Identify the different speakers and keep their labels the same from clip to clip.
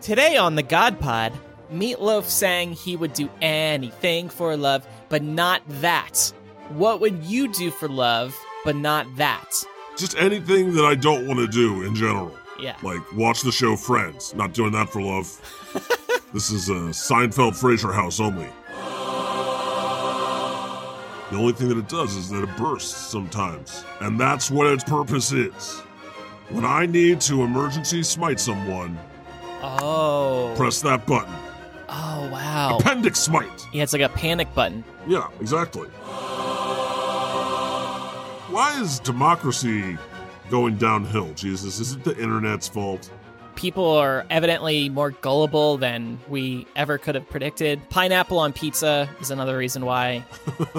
Speaker 1: Today on the God Pod, Meatloaf sang he would do anything for love, but not that. What would you do for love, but not that?
Speaker 2: Just anything that I don't want to do in general.
Speaker 1: Yeah.
Speaker 2: Like watch the show Friends. Not doing that for love. this is a Seinfeld Fraser house only. The only thing that it does is that it bursts sometimes, and that's what its purpose is. When I need to emergency smite someone,
Speaker 1: Oh.
Speaker 2: press that button.
Speaker 1: Oh, wow.
Speaker 2: Appendix smite.
Speaker 1: Yeah, it's like a panic button.
Speaker 2: Yeah, exactly. Why is democracy going downhill, Jesus? Is it the internet's fault?
Speaker 1: People are evidently more gullible than we ever could have predicted. Pineapple on pizza is another reason why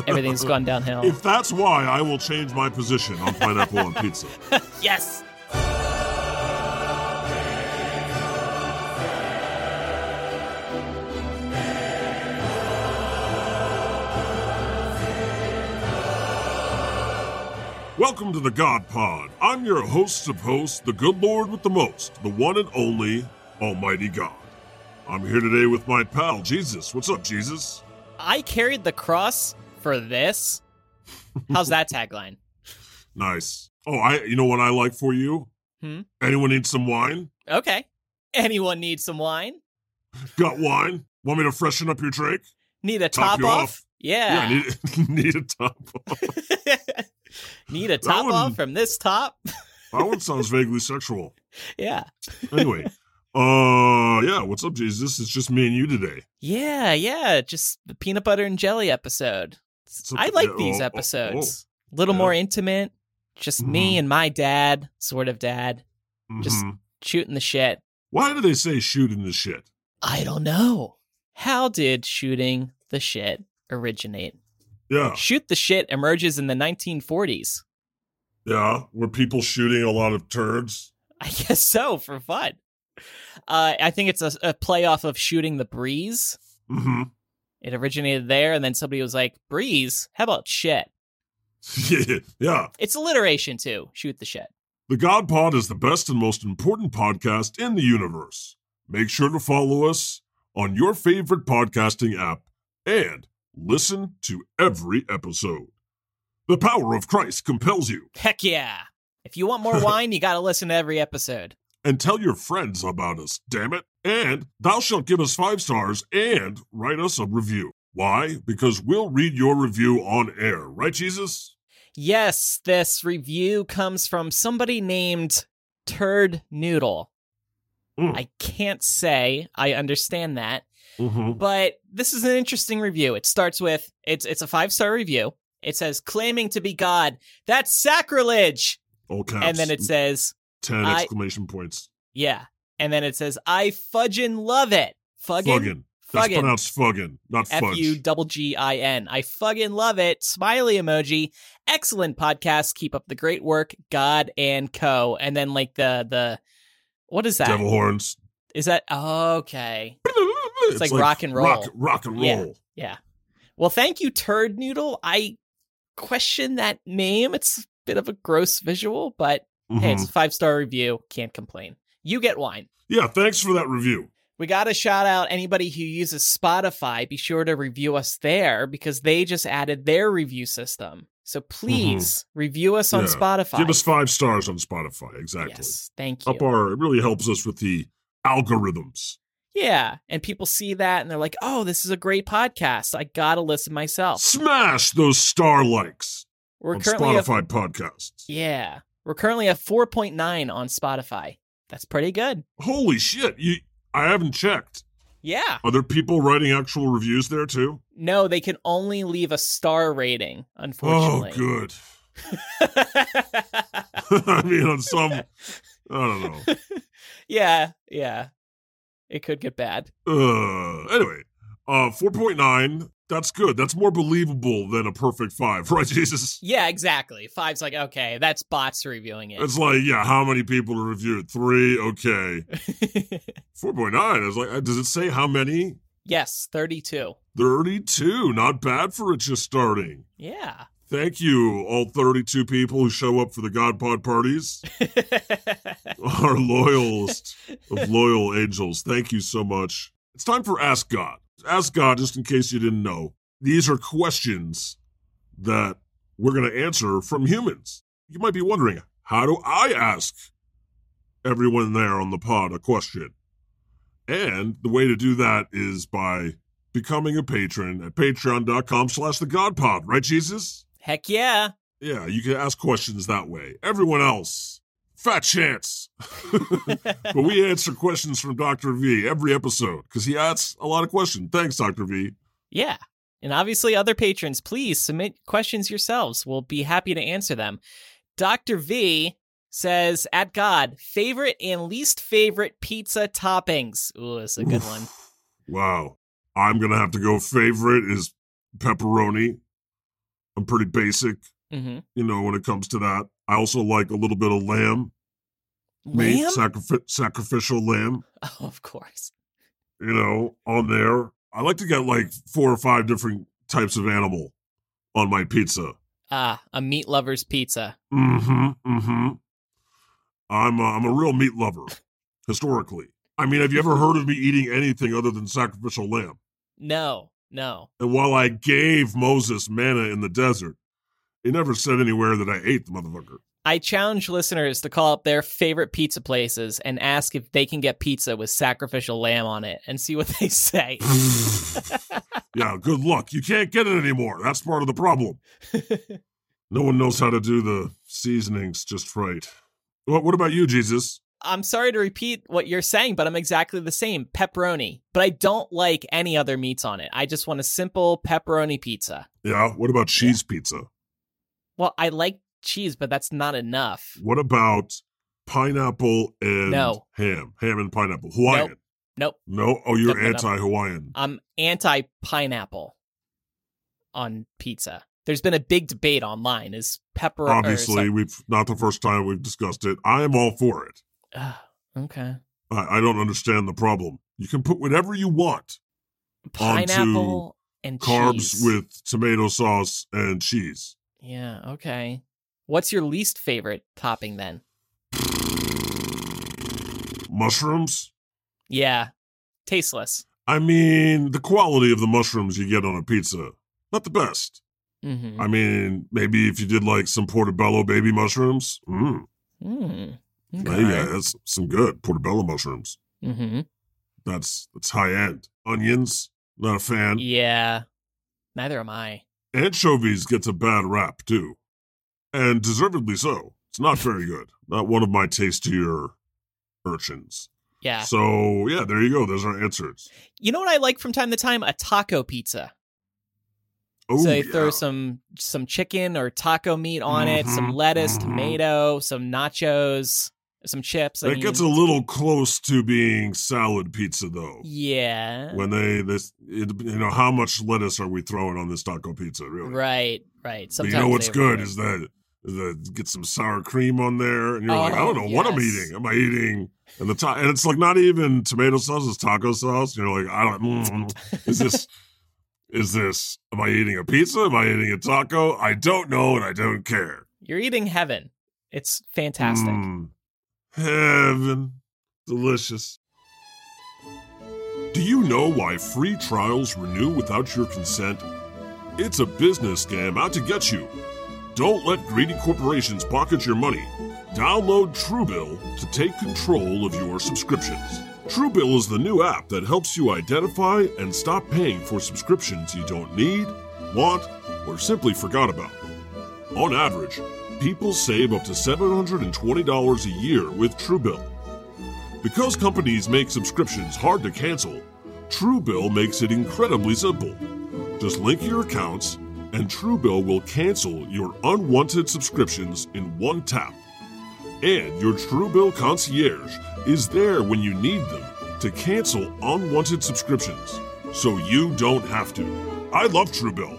Speaker 1: everything's gone downhill.
Speaker 2: If that's why, I will change my position on pineapple on pizza.
Speaker 1: yes.
Speaker 2: Welcome to the God Pod. I'm your host of hosts, the good Lord with the most, the one and only Almighty God. I'm here today with my pal, Jesus. What's up, Jesus?
Speaker 1: I carried the cross for this. How's that tagline?
Speaker 2: Nice. Oh, I you know what I like for you?
Speaker 1: Hmm?
Speaker 2: Anyone need some wine?
Speaker 1: Okay. Anyone need some wine?
Speaker 2: Got wine? Want me to freshen up your drink?
Speaker 1: Need a top,
Speaker 2: Top you
Speaker 1: off?
Speaker 2: off.
Speaker 1: Yeah.
Speaker 2: need, need a top.
Speaker 1: need-, a top
Speaker 2: one-
Speaker 1: off from this top?
Speaker 2: that one sounds vaguely sexual.
Speaker 1: yeah.
Speaker 2: Anyway, uh, yeah. What's up, Jesus? It's just me and you today.
Speaker 1: Yeah, yeah. Just the peanut butter and jelly episode.
Speaker 2: It's up-
Speaker 1: I like
Speaker 2: yeah,
Speaker 1: these
Speaker 2: oh, oh,
Speaker 1: episodes. A little
Speaker 2: Yeah.
Speaker 1: more intimate. Just me
Speaker 2: Mhm.
Speaker 1: and my dad, sort of dad,
Speaker 2: oh,
Speaker 1: Just-
Speaker 2: mhm.
Speaker 1: shooting the shit.
Speaker 2: why do they say shooting the shit?
Speaker 1: I don't know. How did shooting the shit originate?
Speaker 2: Yeah,
Speaker 1: Shoot the shit emerges in the 1940s.
Speaker 2: yeah. Were people shooting a lot of turds?
Speaker 1: I guess so for fun. Uh, I think it's a, a playoff of shooting the breeze.
Speaker 2: Mm-hmm.
Speaker 1: It originated there, and then somebody was like, "Breeze? How about shit?"
Speaker 2: yeah, yeah.
Speaker 1: It's alliteration too. Shoot the shit.
Speaker 2: The God Pod is the best and most important podcast in the universe. Make sure to follow us on your favorite podcasting app and listen to every episode. The power of Christ compels you,
Speaker 1: Heck yeah! If you want more wine, you got to listen to every episode.
Speaker 2: and tell your friends about us, damn it. And thou shalt give us five stars and write us a review. Why? Because we'll read your review on air, right, Jesus?
Speaker 1: Yes, this review comes from somebody named Turd Noodle.
Speaker 2: Mm.
Speaker 1: I can't say I understand that.
Speaker 2: Mm-hmm.
Speaker 1: but this is an interesting review. It starts with it's it's a five star review. It says claiming to be God. That's sacrilege.
Speaker 2: All caps.
Speaker 1: And then it says,
Speaker 2: 10
Speaker 1: I-
Speaker 2: exclamation points.
Speaker 1: yeah. And then it says, I fudgin' love it. Fuggin.
Speaker 2: Fuggin. That's
Speaker 1: Fuggin.
Speaker 2: pronounced fuggin, not fudge.
Speaker 1: F U double G I N. I fuggin' love it. Smiley emoji. Excellent podcast. Keep up the great work. God and Co. And then like the the what is that? Is
Speaker 2: Devil horns.
Speaker 1: that okay?
Speaker 2: It's,
Speaker 1: like rock and roll.
Speaker 2: Rock, rock and roll.
Speaker 1: Yeah. Yeah. Well, thank you, Turd Noodle. I question that name. It's a bit of a gross visual, but hey,
Speaker 2: Mhm.
Speaker 1: it's a five star review. Can't complain. You get wine.
Speaker 2: Yeah, thanks for that review.
Speaker 1: We got to shout out anybody who uses Spotify. Be sure to review us there because they just added their review system. So please review us on
Speaker 2: Mm-hmm. Yeah.
Speaker 1: Spotify.
Speaker 2: Give us five stars on Spotify. Exactly.
Speaker 1: Yes, thank you.
Speaker 2: Up our, it really helps us with the algorithms.
Speaker 1: yeah, and people see that and they're like, "Oh, this is a great podcast. I gotta listen myself."
Speaker 2: Smash those star likes
Speaker 1: We're
Speaker 2: on
Speaker 1: currently up
Speaker 2: Spotify podcasts.
Speaker 1: Yeah. We're currently at 4.9 on Spotify. That's pretty good.
Speaker 2: Holy shit. You, I haven't checked.
Speaker 1: Yeah.
Speaker 2: Are there people writing actual reviews there too?
Speaker 1: No, they can only leave a star rating,
Speaker 2: Oh,
Speaker 1: unfortunately.
Speaker 2: good.
Speaker 1: good.
Speaker 2: I mean, on some, I don't know.
Speaker 1: yeah. Yeah. It could get bad.
Speaker 2: Uh, anyway, uh, 4.9, that's good. That's more believable than a perfect five, right, Jesus?
Speaker 1: Yeah, exactly. Five's like, okay, that's bots reviewing
Speaker 2: It's like, yeah, how many people are reviewed? Three, okay.
Speaker 1: it.
Speaker 2: 4.9 is like, uh, does it say how many?
Speaker 1: yes, 32.
Speaker 2: 32, not bad for it just starting.
Speaker 1: Yeah.
Speaker 2: Thank you, all 32 people who show up for the God Pod parties. Our loyalist of loyal angels. Thank you so much. It's time for Ask God. Ask God, just in case you didn't know, these are questions that we're going to answer from humans. You might be wondering, how do I ask everyone there on the pod a question? And the way to do that is by becoming a patron at patreon.com slash the God Pod, right, Jesus?
Speaker 1: Heck yeah.
Speaker 2: Yeah, you can ask questions that way. Everyone else, fat chance. but we answer questions from Dr. V every episode because he asks a lot of questions. Thanks, Dr. V.
Speaker 1: Yeah. And obviously, other patrons, please submit questions yourselves. We'll be happy to answer them. Dr. V says, at God, favorite and least favorite pizza toppings. Ooh, that's a good one.
Speaker 2: Wow. I'm going to have to go favorite is pepperoni. I'm pretty basic,
Speaker 1: Mm-hmm.
Speaker 2: you know, when it comes to that. I also like a little bit of lamb, meat,
Speaker 1: Lamb?
Speaker 2: sacrifi- sacrificial lamb.
Speaker 1: Oh, of course.
Speaker 2: you know, on there. I like to get like four or five different types of animal on my pizza.
Speaker 1: Ah, a meat lover's pizza.
Speaker 2: Mm-hmm. Mm-hmm. I'm a, I'm a real meat lover, historically. I mean, have you ever heard of me eating anything other than sacrificial lamb?
Speaker 1: No, no.
Speaker 2: And while I gave Moses manna in the desert, it never said anywhere that I ate the motherfucker.
Speaker 1: I challenge listeners to call up their favorite pizza places and ask if they can get pizza with sacrificial lamb on it and see what they say.
Speaker 2: yeah, good luck. You can't get it anymore. That's part of the problem. No one knows how to do the seasonings just right. What, what about you, Jesus?
Speaker 1: I'm sorry to repeat what you're saying, but I'm exactly the same. Pepperoni. But I don't like any other meats on it. I just want a simple pepperoni pizza.
Speaker 2: Yeah, what about cheese pizza?
Speaker 1: Well, I like cheese, but that's not enough.
Speaker 2: What about pineapple and
Speaker 1: No.
Speaker 2: ham? Ham and pineapple. Hawaiian.
Speaker 1: Nope.
Speaker 2: No? Oh, you're
Speaker 1: Nope, nope, nope.
Speaker 2: anti Hawaiian.
Speaker 1: I'm anti pineapple on pizza. There's been a big debate online. Is pepper
Speaker 2: Obviously,
Speaker 1: Or
Speaker 2: we've not the first time we've discussed it. I am all for it.
Speaker 1: some- Ugh, okay.
Speaker 2: I, I don't understand the problem. You can put whatever you want
Speaker 1: Pineapple and
Speaker 2: carbs
Speaker 1: cheese.
Speaker 2: with tomato sauce and cheese.
Speaker 1: Yeah. Okay. What's your least favorite topping then?
Speaker 2: Mushrooms?
Speaker 1: Yeah. Tasteless.
Speaker 2: I mean, the quality of the mushrooms you get on a pizza, not the best.
Speaker 1: Mm-hmm.
Speaker 2: I mean, maybe if you did like some portobello baby mushrooms, mm,
Speaker 1: Mm.
Speaker 2: Hey, yeah, that's some good portobello mushrooms.
Speaker 1: Mm-hmm.
Speaker 2: That's that's high end. Onions, not a fan.
Speaker 1: Yeah. Neither am I.
Speaker 2: Anchovies gets a bad rap too, and deservedly so. It's not very good. Not one of my tastier urchins.
Speaker 1: Yeah.
Speaker 2: So yeah, there you go. There's our answers.
Speaker 1: You know what I like from time to time? A taco pizza.
Speaker 2: Oh,
Speaker 1: so they
Speaker 2: yeah.
Speaker 1: throw some some chicken or taco meat on it, some
Speaker 2: Mhm,
Speaker 1: lettuce,
Speaker 2: mhm.
Speaker 1: tomato, some nachos, some chips. I
Speaker 2: that
Speaker 1: mean,
Speaker 2: gets a little close to being salad pizza though.
Speaker 1: yeah.
Speaker 2: When they this, it, you know, how much lettuce are we throwing on this taco pizza? Really?
Speaker 1: right, right.
Speaker 2: But
Speaker 1: Sometimes
Speaker 2: you know what's
Speaker 1: they
Speaker 2: good
Speaker 1: overdo it.
Speaker 2: is that is that get some sour cream on there, and you're like, I
Speaker 1: Oh,
Speaker 2: don't know what I'm
Speaker 1: yes.
Speaker 2: eating. Am I eating? And the ta- and it's like not even tomato sauce; it's taco sauce. And you're like, I don't. mm, Is this? is this? Am I eating a pizza? Am I eating a taco? I don't know, and I don't care.
Speaker 1: you're eating heaven. It's fantastic.
Speaker 2: Mm. heaven, delicious. Do you know why free trials renew without your consent? It's a business scam out to get you. Don't let greedy corporations pocket your money. Download Truebill to take control of your subscriptions. Truebill is the new app that helps you identify and stop paying for subscriptions you don't need, want, or simply forgot about. On average, people save up to $720 a year with Truebill. Because companies make subscriptions hard to cancel, Truebill makes it incredibly simple. Just link your accounts, and Truebill will cancel your unwanted subscriptions in one tap. And your Truebill concierge is there when you need them to cancel unwanted subscriptions, so you don't have to. I love Truebill.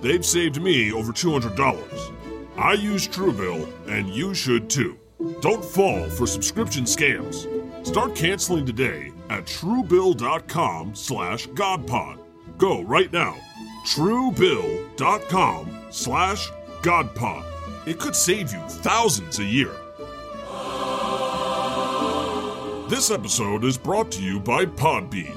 Speaker 2: They've saved me over $200. I use Truebill, and you should too. Don't fall for subscription scams. Start canceling today at truebill.com slash godpod. Go right now. truebill.com slash Godpa. It could save you thousands a year. This episode is brought to you by Podbean.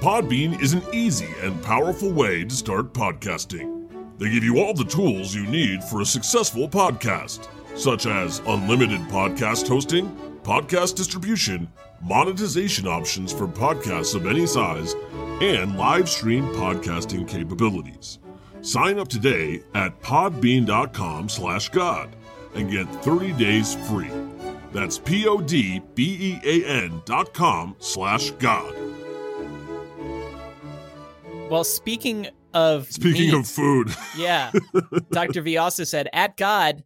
Speaker 2: Podbean is an easy and powerful way to start podcasting. They give you all the tools you need for a successful podcast, such as unlimited podcast hosting, podcast distribution, monetization options for podcasts of any size, and live stream podcasting capabilities. Sign up today at podbean.com slash God and get 30 days free. That's P-O-D-B-E-A-N E dot com slash God.
Speaker 1: Well, speaking of
Speaker 2: Speaking
Speaker 1: meat,
Speaker 2: of food,
Speaker 1: yeah, Doctor V also said at God,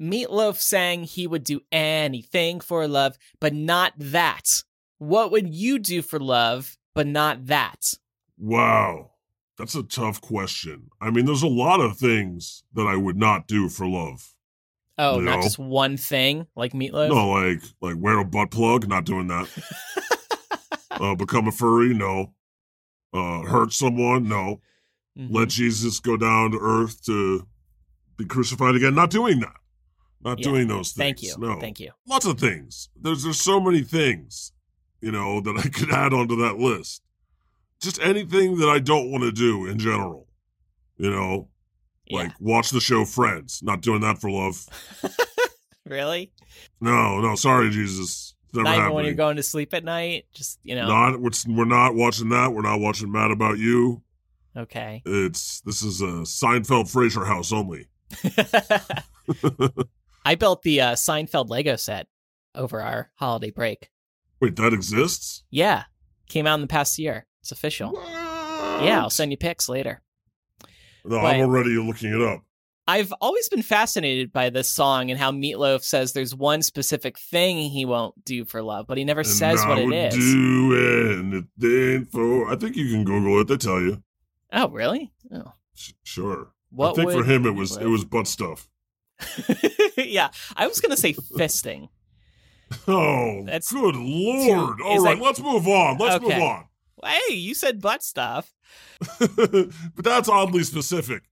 Speaker 1: Meatloaf sang he would do anything for love, but not that. What would you do for love, but not that?
Speaker 2: wow, that's a tough question. I mean, there's a lot of things that I would not do for love.
Speaker 1: Oh,
Speaker 2: No.
Speaker 1: not just one thing like Meatloaf.
Speaker 2: No, like like wear a butt plug. Not doing that. uh, become a furry. No. Uh, hurt someone. No.
Speaker 1: Mhm.
Speaker 2: Let Jesus go down to earth to be crucified again. Not doing that. Not
Speaker 1: Yeah.
Speaker 2: doing those things.
Speaker 1: Thank you.
Speaker 2: No.
Speaker 1: Thank you.
Speaker 2: Lots of things. There's there's so many things, you know, that I could add onto that list. Just anything that I don't want to do in general. You know, like watch the show Friends. Not doing that for love.
Speaker 1: yeah. Really?
Speaker 2: No, no. Sorry, Jesus. It's never
Speaker 1: Not even
Speaker 2: happening.
Speaker 1: when you're going to sleep at night? Just, you know.
Speaker 2: Not we're, we're not watching that. We're not watching Mad About You.
Speaker 1: Okay.
Speaker 2: It's this is a Seinfeld Fraser house only.
Speaker 1: I built the uh, Seinfeld Lego set over our holiday break.
Speaker 2: Wait, that exists?
Speaker 1: Yeah. Came out in the past year. It's official. Yeah, I'll send you pics later.
Speaker 2: No,
Speaker 1: Wait.
Speaker 2: I'm already looking it up.
Speaker 1: I've always been fascinated by this song and how Meatloaf says there's one specific thing he won't do for love, but he never
Speaker 2: And
Speaker 1: says what
Speaker 2: I
Speaker 1: it
Speaker 2: would
Speaker 1: is.
Speaker 2: Do anything for. I think you can Google it. They tell you.
Speaker 1: Oh, really? Oh.
Speaker 2: Sh- sure.
Speaker 1: What
Speaker 2: I think for
Speaker 1: would
Speaker 2: him it was
Speaker 1: Meatloaf-
Speaker 2: it was butt stuff.
Speaker 1: yeah, I was gonna say fisting.
Speaker 2: Oh,
Speaker 1: That's
Speaker 2: good lord!
Speaker 1: too-
Speaker 2: All
Speaker 1: is
Speaker 2: right,
Speaker 1: that-
Speaker 2: let's move on. Let's
Speaker 1: Okay.
Speaker 2: move on.
Speaker 1: Hey, you said butt stuff.
Speaker 2: but that's oddly specific.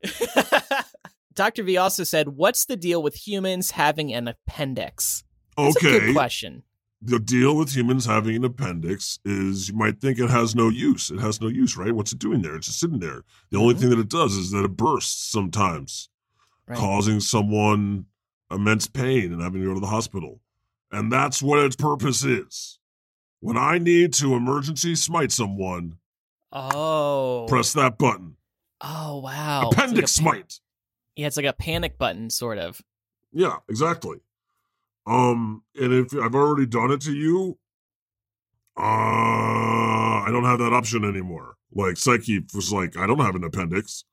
Speaker 1: Dr. V also said, What's the deal with humans having an appendix? That's a
Speaker 2: Okay.
Speaker 1: good question.
Speaker 2: the deal with humans having an appendix is you might think it has no use. It has no use, right? What's it doing there? It's just sitting there. The only
Speaker 1: Mhm.
Speaker 2: thing that it does is that it bursts sometimes,
Speaker 1: Right.
Speaker 2: causing someone immense pain and having to go to the hospital. And that's what its purpose is. When I need to emergency smite someone,
Speaker 1: Oh.
Speaker 2: press that button.
Speaker 1: Oh, wow. It's like
Speaker 2: appendix
Speaker 1: a pan-
Speaker 2: smite.
Speaker 1: Yeah, it's like a panic button, sort of.
Speaker 2: Yeah, exactly. Um, and if I've already done it to you, uh, I don't have that option anymore. Like Psyche was like, I don't have an appendix.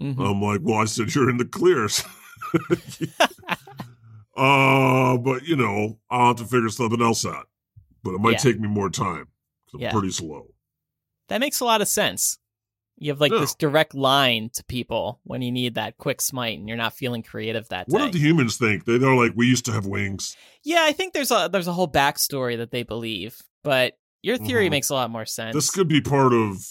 Speaker 1: Mhm.
Speaker 2: I'm like, well, I said you're in the clears. uh, but you know, I'll have to figure something else out. But it might
Speaker 1: Yeah.
Speaker 2: take me more time. 'cause I'm
Speaker 1: Yeah.
Speaker 2: pretty slow.
Speaker 1: That makes a lot of sense. You have like
Speaker 2: Yeah.
Speaker 1: this direct line to people when you need that quick smite and you're not feeling creative that
Speaker 2: What
Speaker 1: day.
Speaker 2: do the humans think? They, they're like, we used to have wings.
Speaker 1: yeah, I think there's a there's a whole backstory that they believe, but your theory
Speaker 2: Mhm.
Speaker 1: makes a lot more sense.
Speaker 2: This could be part of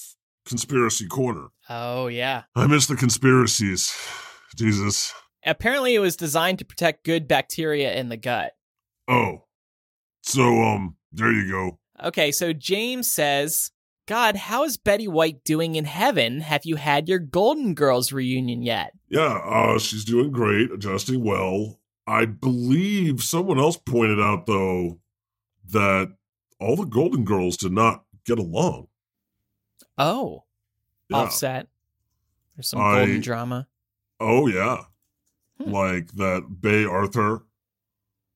Speaker 2: conspiracy corner.
Speaker 1: oh yeah.
Speaker 2: I miss the conspiracies. Jesus.
Speaker 1: Apparently it was designed to protect good bacteria in the gut.
Speaker 2: Oh. So um there you go.
Speaker 1: Okay, so James says, God, how is Betty White doing in heaven? Have you had your Golden Girls reunion yet?
Speaker 2: Yeah, uh she's doing great, adjusting well. I believe someone else pointed out though that all the Golden Girls did not get along.
Speaker 1: Oh,
Speaker 2: Yeah.
Speaker 1: offset. There's some
Speaker 2: I-
Speaker 1: golden drama.
Speaker 2: Oh yeah.
Speaker 1: Hmm.
Speaker 2: Like that Bay Arthur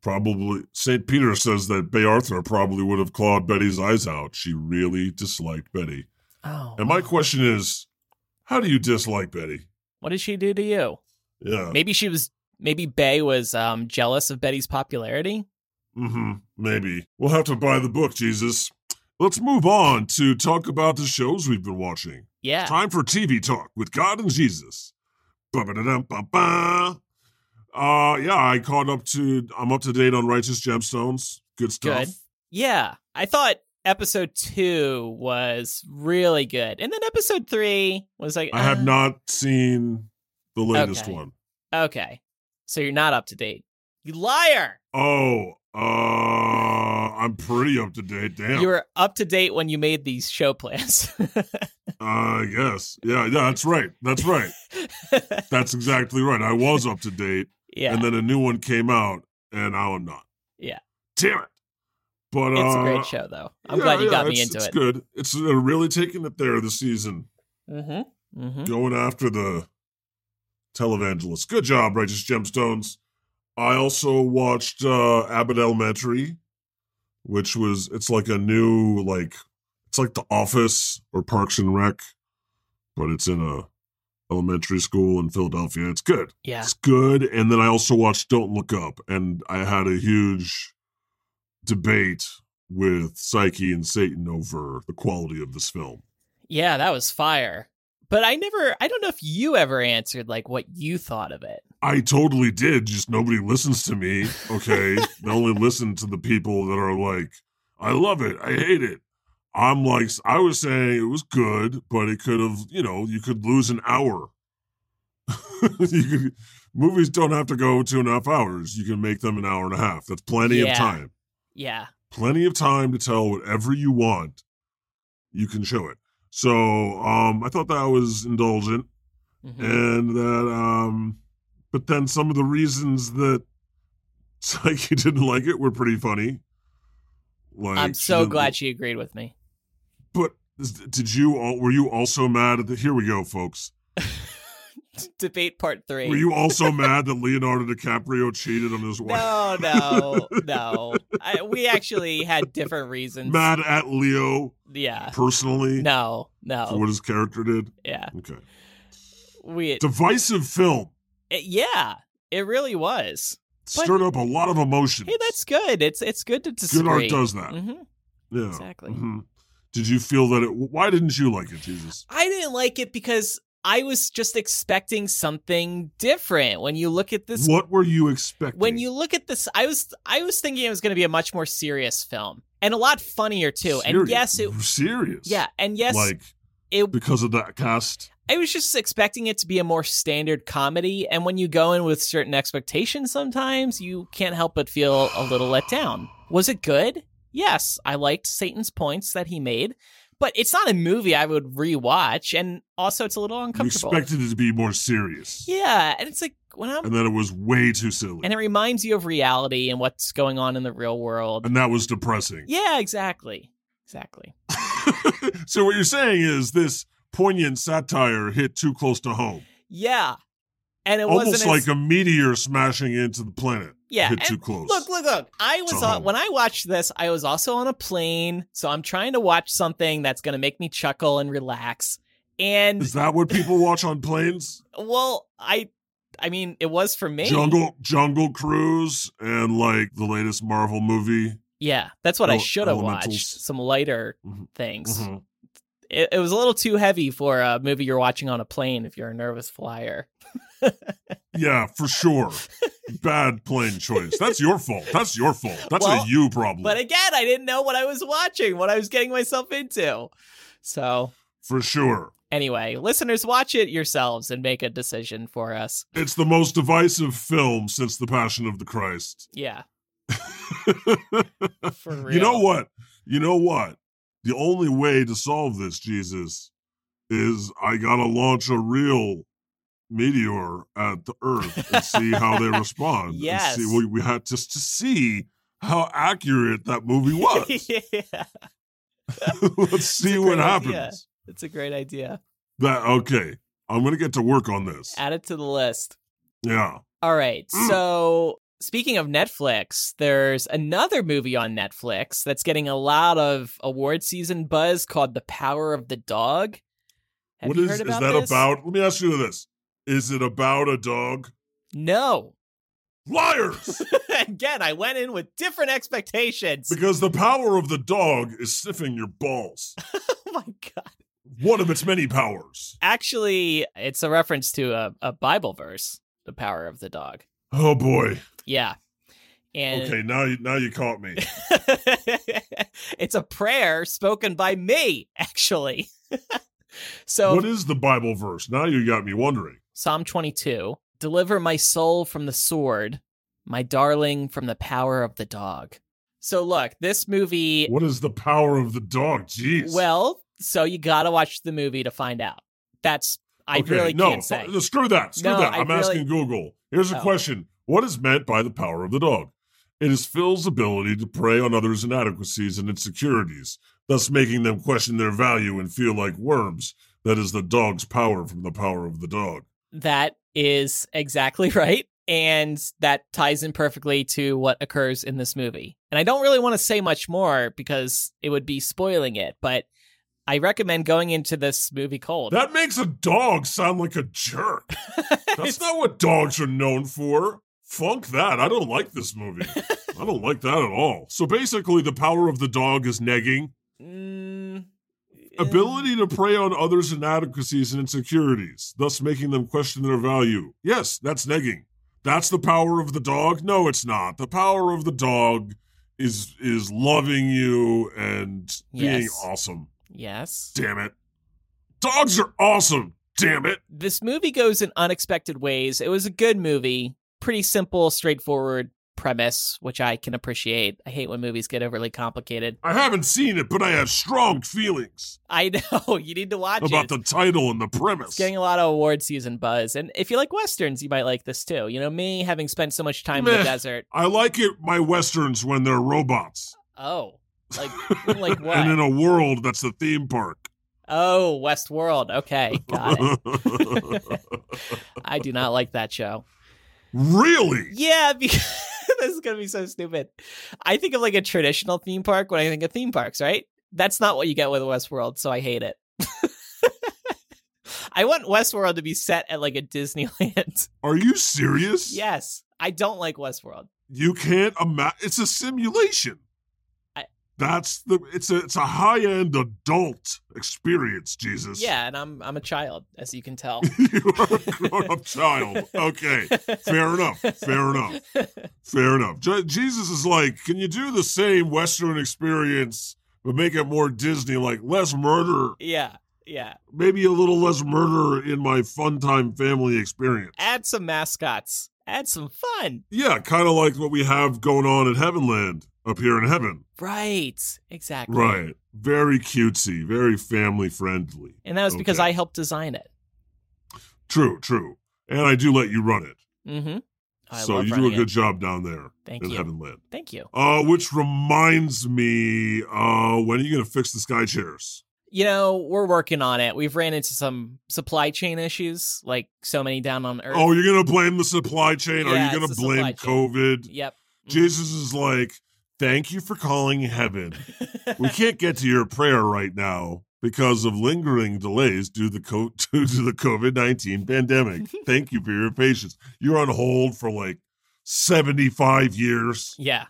Speaker 2: probably St. Peter says that Bay Arthur probably would have clawed Betty's eyes out. She really disliked Betty.
Speaker 1: Oh.
Speaker 2: And my question is, how do you dislike Betty?
Speaker 1: What did she do to you?
Speaker 2: Yeah.
Speaker 1: Maybe she was. Maybe Bay was um, jealous of Betty's popularity.
Speaker 2: Mm-hmm. Maybe. We'll have to buy the book, Jesus. Let's move on to talk about the shows we've been watching.
Speaker 1: Yeah.
Speaker 2: Time for TV talk with God and Jesus. Ba-ba-da-dum-ba-ba. Uh yeah, I caught up to I'm up to date on Righteous Gemstones. Good stuff.
Speaker 1: Good. Yeah. I thought episode two was really good, and then episode three was like.
Speaker 2: I have
Speaker 1: uh,
Speaker 2: not seen the latest
Speaker 1: Okay.
Speaker 2: one.
Speaker 1: uh, Okay. So you're not up to date. You liar.
Speaker 2: Oh, uh, I'm pretty up to date. Damn.
Speaker 1: You were up to date when you made these show plans.
Speaker 2: uh, yes. Yeah, yeah, that's right. That's right. that's exactly right. I was up to date,
Speaker 1: yeah.
Speaker 2: and then a new one came out, and now I'm not.
Speaker 1: Yeah.
Speaker 2: Damn it. But
Speaker 1: it's
Speaker 2: uh,
Speaker 1: a great show, though. I'm
Speaker 2: yeah,
Speaker 1: glad you
Speaker 2: yeah,
Speaker 1: got me
Speaker 2: it's-
Speaker 1: into
Speaker 2: it's
Speaker 1: it.
Speaker 2: good. It's uh, really taking it there this season.
Speaker 1: Mm-hmm. Mm-hmm.
Speaker 2: going after the televangelists. Good job, Righteous Gemstones. I also watched uh Abbott Elementary, which was it's like a new like it's like The Office or Parks and Rec, but it's in a elementary school in Philadelphia. It's good.
Speaker 1: Yeah.
Speaker 2: It's good. And then I also watched Don't Look Up, and I had a huge debate with Psyche and Satan over the quality of this film.
Speaker 1: Yeah, that was fire. But I never, I don't know if you ever answered like what you thought of it.
Speaker 2: I totally did, just nobody listens to me. Okay. they only listen to the people that are like, I love it. I hate it. I'm like, I was saying it was good, but it could have, you know, you could lose an hour. you could, movies don't have to go two and a half hours. You can make them an hour and a half. That's plenty
Speaker 1: Yeah.
Speaker 2: of time.
Speaker 1: Yeah.
Speaker 2: Plenty of time to tell whatever you want. You can show it. So um, I thought that was indulgent Mm-hmm.
Speaker 1: Mhm.
Speaker 2: and that um but then some of the reasons that Psyche didn't like it were pretty funny. Like
Speaker 1: I'm
Speaker 2: she
Speaker 1: so
Speaker 2: didn't-
Speaker 1: glad she agreed with me.
Speaker 2: But is- did you all were you also mad at the here we go folks.
Speaker 1: Debate part three.
Speaker 2: Were you also mad that Leonardo DiCaprio cheated on his wife?
Speaker 1: no, no, no. I, we actually had different reasons.
Speaker 2: Mad at Leo
Speaker 1: Yeah.
Speaker 2: personally
Speaker 1: No,
Speaker 2: for
Speaker 1: no.
Speaker 2: what his character did?
Speaker 1: Yeah.
Speaker 2: Okay.
Speaker 1: We,
Speaker 2: Divisive film.
Speaker 1: it- yeah, it really was. But-
Speaker 2: Stirred up a lot of emotions.
Speaker 1: Hey, that's good. It's it's good to disagree.
Speaker 2: good art does that.
Speaker 1: Mhm.
Speaker 2: Yeah.
Speaker 1: Exactly.
Speaker 2: Mhm. Did you feel that it why didn't you like it, Jesus?
Speaker 1: I didn't like it because I was just expecting something different. When you look at this
Speaker 2: what were you expecting?
Speaker 1: when you look at this i was i was thinking it was going to be a much more serious film and a lot funnier too and
Speaker 2: Serious.
Speaker 1: yes it
Speaker 2: serious,
Speaker 1: yeah and yes
Speaker 2: like
Speaker 1: it
Speaker 2: because of that cast.
Speaker 1: i was just expecting it to be a more standard comedy and when you go in with certain expectations sometimes you can't help but feel a little let down was it good yes i liked satan's points that he made but it's not a movie i would rewatch and also it's a little
Speaker 2: You
Speaker 1: uncomfortable
Speaker 2: expected it to be more serious,
Speaker 1: yeah and it's like when i'm
Speaker 2: and then it was way too silly,
Speaker 1: and it reminds you of reality and what's going on in the real world
Speaker 2: And that was depressing.
Speaker 1: Yeah, exactly. Exactly.
Speaker 2: so what you're saying is this poignant satire hit too close to home,
Speaker 1: Yeah. And it
Speaker 2: almost
Speaker 1: wasn't
Speaker 2: like
Speaker 1: as,
Speaker 2: a meteor smashing into the planet.
Speaker 1: yeah.
Speaker 2: hit
Speaker 1: and
Speaker 2: too close.
Speaker 1: Look, look, look. I was
Speaker 2: to
Speaker 1: on,
Speaker 2: home.
Speaker 1: when I watched this, I was also on a plane, so I'm trying to watch something that's going to make me chuckle and relax. And
Speaker 2: is that what people watch on planes?
Speaker 1: well, I I mean, it was for me.
Speaker 2: Jungle Jungle Cruise and like the latest Marvel movie.
Speaker 1: Yeah, that's what I
Speaker 2: Ele-
Speaker 1: should have watched.
Speaker 2: Oh, elementals.
Speaker 1: Some lighter
Speaker 2: Mhm,
Speaker 1: things.
Speaker 2: Mhm.
Speaker 1: It, it was a little too heavy for a movie you're watching on a plane if you're a nervous flyer.
Speaker 2: Yeah, for sure. Bad plane choice. That's your fault. That's your fault. That's
Speaker 1: Well,
Speaker 2: a you problem.
Speaker 1: But again, I didn't know what I was watching, what I was getting myself into. So,
Speaker 2: for sure.
Speaker 1: anyway, listeners, watch it yourselves and make a decision for us.
Speaker 2: It's the most divisive film since The Passion of the Christ.
Speaker 1: Yeah, for real.
Speaker 2: you know what? You know what? The only way to solve this, Jesus, is I gotta launch a real meteor at the earth and see how they respond. and
Speaker 1: Yes.
Speaker 2: see we, we had just to see how accurate that movie was.
Speaker 1: yeah,
Speaker 2: Let's see
Speaker 1: a
Speaker 2: what
Speaker 1: great idea.
Speaker 2: happens.
Speaker 1: it's a great idea.
Speaker 2: That okay. I'm gonna get to work on this.
Speaker 1: Add it to the list.
Speaker 2: Yeah.
Speaker 1: All right.
Speaker 2: Mm.
Speaker 1: So, speaking of Netflix, there's another movie on Netflix that's getting a lot of award season buzz called The Power of the Dog. Have
Speaker 2: What
Speaker 1: you
Speaker 2: is
Speaker 1: heard
Speaker 2: is
Speaker 1: about
Speaker 2: that
Speaker 1: this?
Speaker 2: about? Let me ask you this: Is it about a dog?
Speaker 1: No.
Speaker 2: Liars!
Speaker 1: Again, I went in with different expectations.
Speaker 2: because the power of the dog is sniffing your balls.
Speaker 1: oh my god!
Speaker 2: One of its many powers.
Speaker 1: Actually, it's a reference to a, a Bible verse, "The power of the dog."
Speaker 2: Oh boy.
Speaker 1: Yeah, and
Speaker 2: Okay, now you now you caught me.
Speaker 1: it's a prayer spoken by me, actually. so
Speaker 2: what is the Bible verse? Now you got me wondering.
Speaker 1: Psalm twenty-two, Deliver my soul from the sword, my darling from the power of the dog. So look, this movie
Speaker 2: What is the power of the dog? Jeez.
Speaker 1: well, so you got to watch the movie to find out. That's I
Speaker 2: Okay,
Speaker 1: really
Speaker 2: no,
Speaker 1: can't say.
Speaker 2: fu- Screw that. Screw
Speaker 1: No,
Speaker 2: that.
Speaker 1: I
Speaker 2: I'm
Speaker 1: really-
Speaker 2: asking Google. Here's a
Speaker 1: Oh.
Speaker 2: question What is meant by the power of the dog? It is Phil's ability to prey on others' inadequacies and insecurities, thus making them question their value and feel like worms. That is the dog's power from the power of the dog.
Speaker 1: That is exactly right. And that ties in perfectly to what occurs in this movie. And I don't really want to say much more because it would be spoiling it, but I recommend going into this movie cold.
Speaker 2: That makes a dog sound like a jerk. That's
Speaker 1: It's-
Speaker 2: not what dogs are known for. Funk that. I don't like this movie. I don't like that at all. So basically, the power of the dog is negging.
Speaker 1: Mm,
Speaker 2: Ability to prey on others' inadequacies and insecurities, thus making them question their value. Yes, that's negging. That's the power of the dog? No, it's not. The power of the dog is is loving you and being
Speaker 1: Yes.
Speaker 2: awesome.
Speaker 1: Yes.
Speaker 2: Damn it. Dogs are awesome. Damn it.
Speaker 1: This movie goes in unexpected ways. It was a good movie. Pretty simple, straightforward premise, which I can appreciate. I hate when movies get overly complicated.
Speaker 2: I haven't seen it, but I have strong feelings
Speaker 1: I know. You need to watch it.
Speaker 2: about the title and the premise.
Speaker 1: It's getting a lot of award season buzz. And if you like westerns, you might like this too. You know, me having spent so much time in
Speaker 2: Meh.
Speaker 1: the desert.
Speaker 2: I like it my westerns when they're robots.
Speaker 1: Oh. Like like what?
Speaker 2: and in a world that's a theme park.
Speaker 1: oh, Westworld. Okay. Got it. I do not like that show.
Speaker 2: really?
Speaker 1: Yeah, because this is gonna be so stupid. I think of like a traditional theme park when I think of theme parks, right? That's not what you get with Westworld, so I hate it. I want Westworld to be set at like a Disneyland.
Speaker 2: Are you serious?
Speaker 1: yes. I don't like Westworld.
Speaker 2: You can't imagine. It's a simulation.
Speaker 1: I-
Speaker 2: That's the. It's a. It's a high end adult experience. Jesus.
Speaker 1: Yeah, and I'm I'm a child, as you can tell.
Speaker 2: you are a grown up child. Okay. Fair enough. Fair enough. Fair enough. Je- Jesus is like, can you do the same Western experience but make it more Disney? Like less murder,
Speaker 1: yeah, yeah.
Speaker 2: maybe a little less murder in my fun time family experience.
Speaker 1: Add some mascots. Add some fun.
Speaker 2: Yeah, kind of like what we have going on in Heavenland up here in heaven.
Speaker 1: Right. Exactly.
Speaker 2: Right. Very cutesy, very family friendly.
Speaker 1: And that was because
Speaker 2: Okay.
Speaker 1: I helped design it.
Speaker 2: True, true. And I do let you run it.
Speaker 1: Mm-hmm. I
Speaker 2: so
Speaker 1: love
Speaker 2: you do a
Speaker 1: running
Speaker 2: good
Speaker 1: it.
Speaker 2: job down there
Speaker 1: Thank
Speaker 2: in
Speaker 1: you.
Speaker 2: Heavenland.
Speaker 1: Thank you.
Speaker 2: Uh, which reminds me, uh, when are you going to fix the sky chairs?
Speaker 1: You know, we're working on it. We've ran into some supply chain issues, like so many down on Earth.
Speaker 2: Oh, you're going to blame the supply chain? are
Speaker 1: Yeah,
Speaker 2: you going to
Speaker 1: it's the supply
Speaker 2: blame
Speaker 1: chain. Mm-hmm.
Speaker 2: COVID?
Speaker 1: Yep. Mm.
Speaker 2: Jesus is like, thank you for calling heaven. we can't get to your prayer right now because of lingering delays due the co- due to the COVID nineteen pandemic. Thank you for your patience. You're on hold for like seventy five years.
Speaker 1: yeah.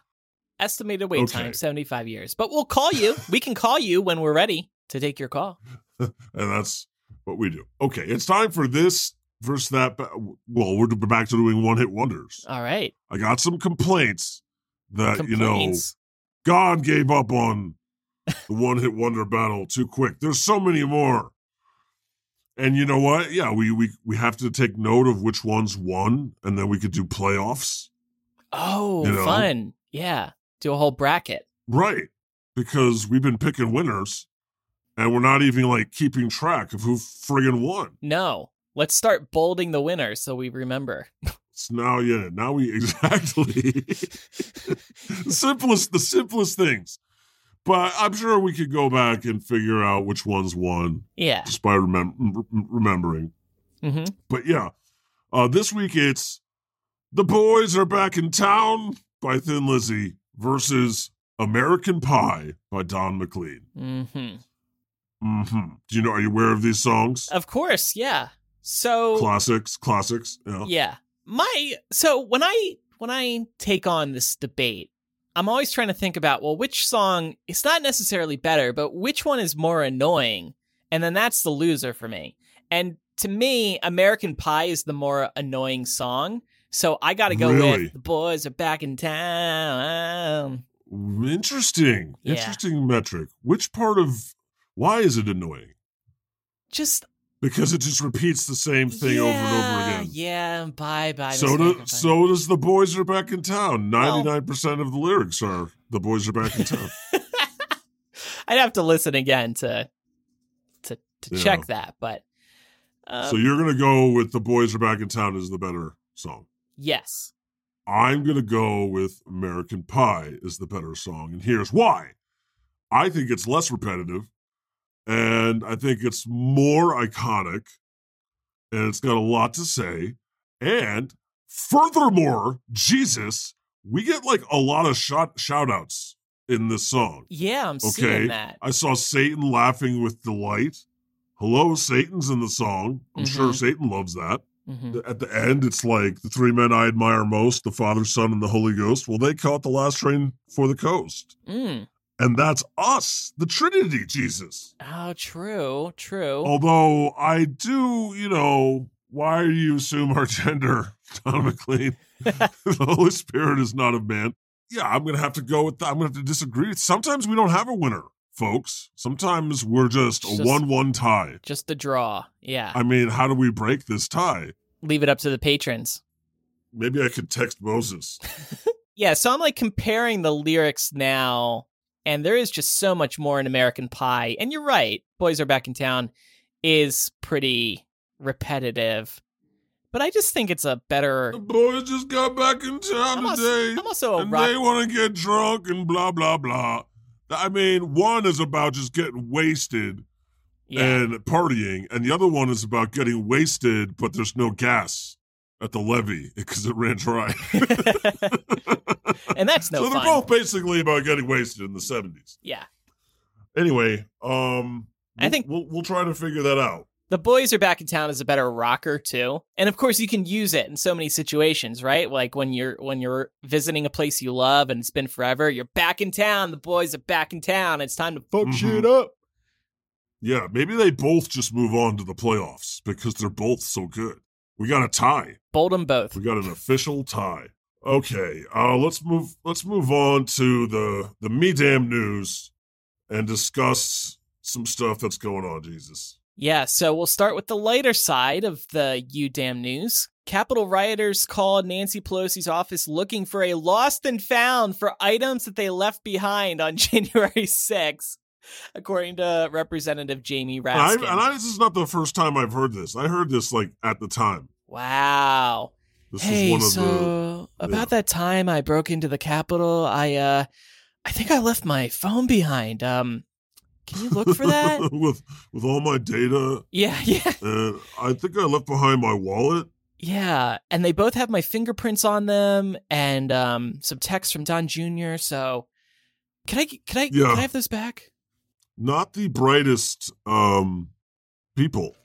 Speaker 1: Estimated wait
Speaker 2: Okay.
Speaker 1: time, 75 years. But we'll call you. we can call you when we're ready to take your call.
Speaker 2: and that's what we do. Okay, it's time for this versus that. ba- Well, we're back to doing one hit wonders.
Speaker 1: All right.
Speaker 2: I got some complaints that Uh, you know
Speaker 1: Complaints.
Speaker 2: God gave up on the one hit wonder battle too quick. There's so many more. And you know what? Yeah, we, we we have to take note of which ones won, and then we could do playoffs.
Speaker 1: Oh,
Speaker 2: You know?
Speaker 1: fun. Yeah. Do a whole bracket.
Speaker 2: Right. Because we've been picking winners and we're not even like keeping track of who friggin' won.
Speaker 1: No. Let's start bolding the winner so we remember.
Speaker 2: So now yeah, now we exactly simplest the simplest things. But I'm sure we could go back and figure out which ones won
Speaker 1: Yeah.
Speaker 2: just by remem- rem- remembering.
Speaker 1: hmm
Speaker 2: But yeah, uh, this week it's The Boys Are Back in Town by Thin Lizzy versus American Pie by Don McLean.
Speaker 1: hmm
Speaker 2: hmm Do you know, are you aware of these songs?
Speaker 1: Of course. Yeah. So.
Speaker 2: Classics, classics. Yeah.
Speaker 1: Yeah. My so when I when I take on this debate, I'm always trying to think about well which song is not necessarily better, but which one is more annoying? And then that's the loser for me. And to me, American Pie is the more annoying song. So I got to go
Speaker 2: Really?
Speaker 1: with the boys are back in town.
Speaker 2: Interesting.
Speaker 1: Yeah.
Speaker 2: Interesting metric. Which part of, why is it annoying?
Speaker 1: Just
Speaker 2: because it just repeats the same thing over and over again.
Speaker 1: Yeah, bye bye.
Speaker 2: So,
Speaker 1: Mr.
Speaker 2: do,
Speaker 1: Microphone.
Speaker 2: so does the boys are back in town.
Speaker 1: Well-
Speaker 2: Ninety nine percent of the lyrics are the boys are back in town.
Speaker 1: I'd have to listen again to to to
Speaker 2: Yeah.
Speaker 1: check that, but uh,
Speaker 2: so you're gonna go with the boys are back in town is the better song.
Speaker 1: yes,
Speaker 2: I'm gonna go with American Pie is the better song, and here's why. I think it's less repetitive, and I think it's more iconic, and it's got a lot to say. And furthermore, Jesus, we get like a lot of shot shout outs in this song.
Speaker 1: yeah, I'm
Speaker 2: Okay.
Speaker 1: seeing that.
Speaker 2: I saw Satan laughing with delight. Hello, Satan's in the song. I'm sure
Speaker 1: Mhm.
Speaker 2: Satan loves that.
Speaker 1: Mhm.
Speaker 2: At the end, it's like the three men I admire most the Father, Son, and the Holy Ghost. Well, they caught the last train for the coast.
Speaker 1: Mm.
Speaker 2: And that's us, the Trinity Jesus.
Speaker 1: Oh, true, true.
Speaker 2: Oh. Although I do, you know, why do you assume our gender, Don McLean? the Holy Spirit is not of man. Yeah, I'm going to have to go with that. I'm going to have to disagree. Sometimes we don't have a winner, folks. Sometimes we're just
Speaker 1: It's
Speaker 2: a
Speaker 1: just-
Speaker 2: 1 1 tie.
Speaker 1: Just the draw. Yeah.
Speaker 2: I mean, how do we break this tie?
Speaker 1: Leave it up to the patrons.
Speaker 2: Maybe I could text Moses.
Speaker 1: Yeah, so I'm like comparing the lyrics now, and there is just so much more in American Pie. And you're right, Boys Are Back in Town is pretty repetitive, but I just think it's a better.
Speaker 2: The boys just got back in town
Speaker 1: I'm also,
Speaker 2: today,
Speaker 1: I'm also a
Speaker 2: and
Speaker 1: rock.
Speaker 2: they want to get drunk and blah blah blah. I mean, one is about just getting wasted
Speaker 1: yeah,
Speaker 2: and partying, and the other one is about getting wasted, but there's no gas at the levee because it ran dry.
Speaker 1: and that's no
Speaker 2: so they're
Speaker 1: fun.
Speaker 2: both basically about getting wasted in the '70s.
Speaker 1: Yeah,
Speaker 2: Anyway, um,
Speaker 1: I
Speaker 2: we'll-
Speaker 1: think-
Speaker 2: we'll we'll try to figure that out.
Speaker 1: the Boys Are Back in Town is a better rocker too, and of course you can use it in so many situations, right? Like when you're when you're visiting a place you love and it's been forever, you're back in town. The boys are back in town. It's time to fuck
Speaker 2: Mhm.
Speaker 1: shit up.
Speaker 2: Yeah, maybe they both just move on to the playoffs because they're both so good. We got a tie.
Speaker 1: Bold 'em both.
Speaker 2: We got an official tie. Okay, uh, let's move. Let's move on to the the me damn news and discuss some stuff that's going on. Jesus,
Speaker 1: Yeah, so we'll start with the lighter side of the you damn news. Capitol rioters called Nancy Pelosi's office looking for a lost and found for items that they left behind on January 6th, according to Representative Jamie
Speaker 2: and, I,
Speaker 1: Raskin.
Speaker 2: and I, this is not the first time I've heard this. I heard this like at the time.
Speaker 1: wow.
Speaker 2: This
Speaker 1: hey,
Speaker 2: is one of
Speaker 1: so
Speaker 2: the-
Speaker 1: about that time I broke into the Capitol, I uh I think I left my phone behind. Um can you look
Speaker 2: the
Speaker 1: for that?
Speaker 2: with with all my data,
Speaker 1: yeah, yeah.
Speaker 2: and I think I left behind my wallet.
Speaker 1: Yeah, and they both have my fingerprints on them and um some text from Don Jr. So can I can I
Speaker 2: Yeah.
Speaker 1: can I have those back?
Speaker 2: Not the brightest um people,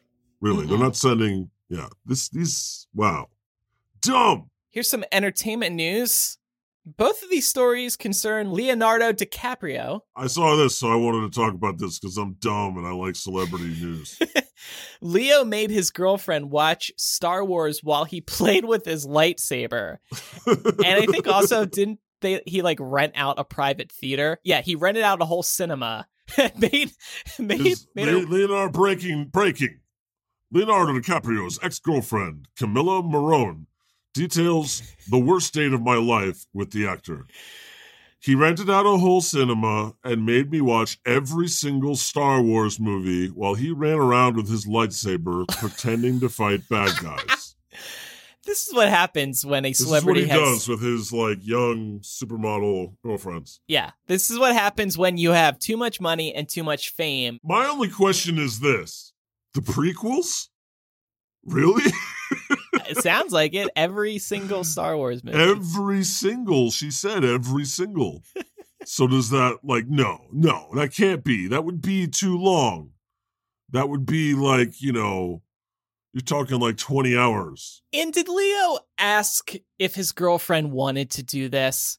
Speaker 2: really. They're
Speaker 1: Mhm.
Speaker 2: not sending. Yeah, this these wow, dumb.
Speaker 1: Here's some entertainment news. Both of these stories concern Leonardo DiCaprio.
Speaker 2: I saw this, so I wanted to talk about this because I'm dumb and I like celebrity news.
Speaker 1: Leo made his girlfriend watch Star Wars while he played with his lightsaber. And I think also didn't they he like rent out a private theater? Yeah, he rented out a whole cinema. made made,
Speaker 2: Is
Speaker 1: made
Speaker 2: Le-
Speaker 1: a,
Speaker 2: Leonardo breaking breaking. Leonardo DiCaprio's ex-girlfriend Camilla Marone details the worst date of my life with the actor. He rented out a whole cinema and made me watch every single Star Wars movie while he ran around with his lightsaber pretending to fight bad guys.
Speaker 1: this is what happens when a
Speaker 2: This is what
Speaker 1: celebrity
Speaker 2: he
Speaker 1: has
Speaker 2: does with his like young supermodel girlfriends.
Speaker 1: Yeah, this is what happens when you have too much money and too much fame.
Speaker 2: My only question is this the prequels? Really?
Speaker 1: It sounds like it every single Star Wars movie.
Speaker 2: every single, she said every single. so does that, like, no, no, that can't be. That would be too long. That would be like, you know, you're talking like 20 hours.
Speaker 1: and did Leo ask if his girlfriend wanted to do this?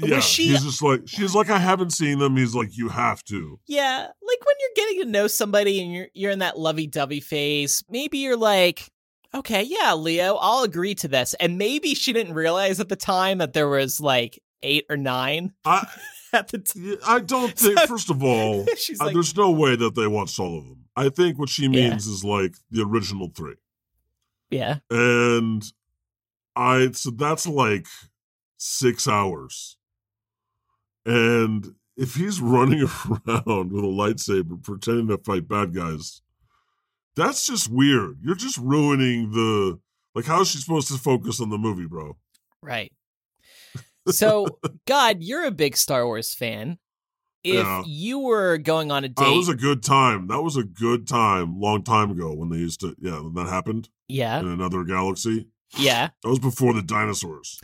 Speaker 1: Was
Speaker 2: Yeah,
Speaker 1: she-
Speaker 2: he's just like she's like I haven't seen them. He's like you have to.
Speaker 1: Yeah, like when you're getting to know somebody and you're you're in that lovey-dovey phase, maybe you're like, "Okay, yeah, Leo, I'll agree to this." And maybe she didn't realize at the time that there was like 8 or 9
Speaker 2: I
Speaker 1: at the time.
Speaker 2: I don't think. First of all,
Speaker 1: She's
Speaker 2: Uh,
Speaker 1: like,
Speaker 2: there's no way that they watched all of them. I think what she
Speaker 1: Yeah.
Speaker 2: means is like the original three.
Speaker 1: Yeah.
Speaker 2: and I so that's like six hours. And if he's running around with a lightsaber pretending to fight bad guys, that's just weird. You're just ruining the like how is she supposed to focus on the movie, bro?
Speaker 1: Right. So, God, you're a big Star Wars fan. If
Speaker 2: Yeah.
Speaker 1: you were going on a date,
Speaker 2: That Uh, was a good time. That was a good time, long time ago when they used to yeah, when that happened
Speaker 1: yeah,
Speaker 2: in another galaxy.
Speaker 1: yeah.
Speaker 2: That was before the dinosaurs.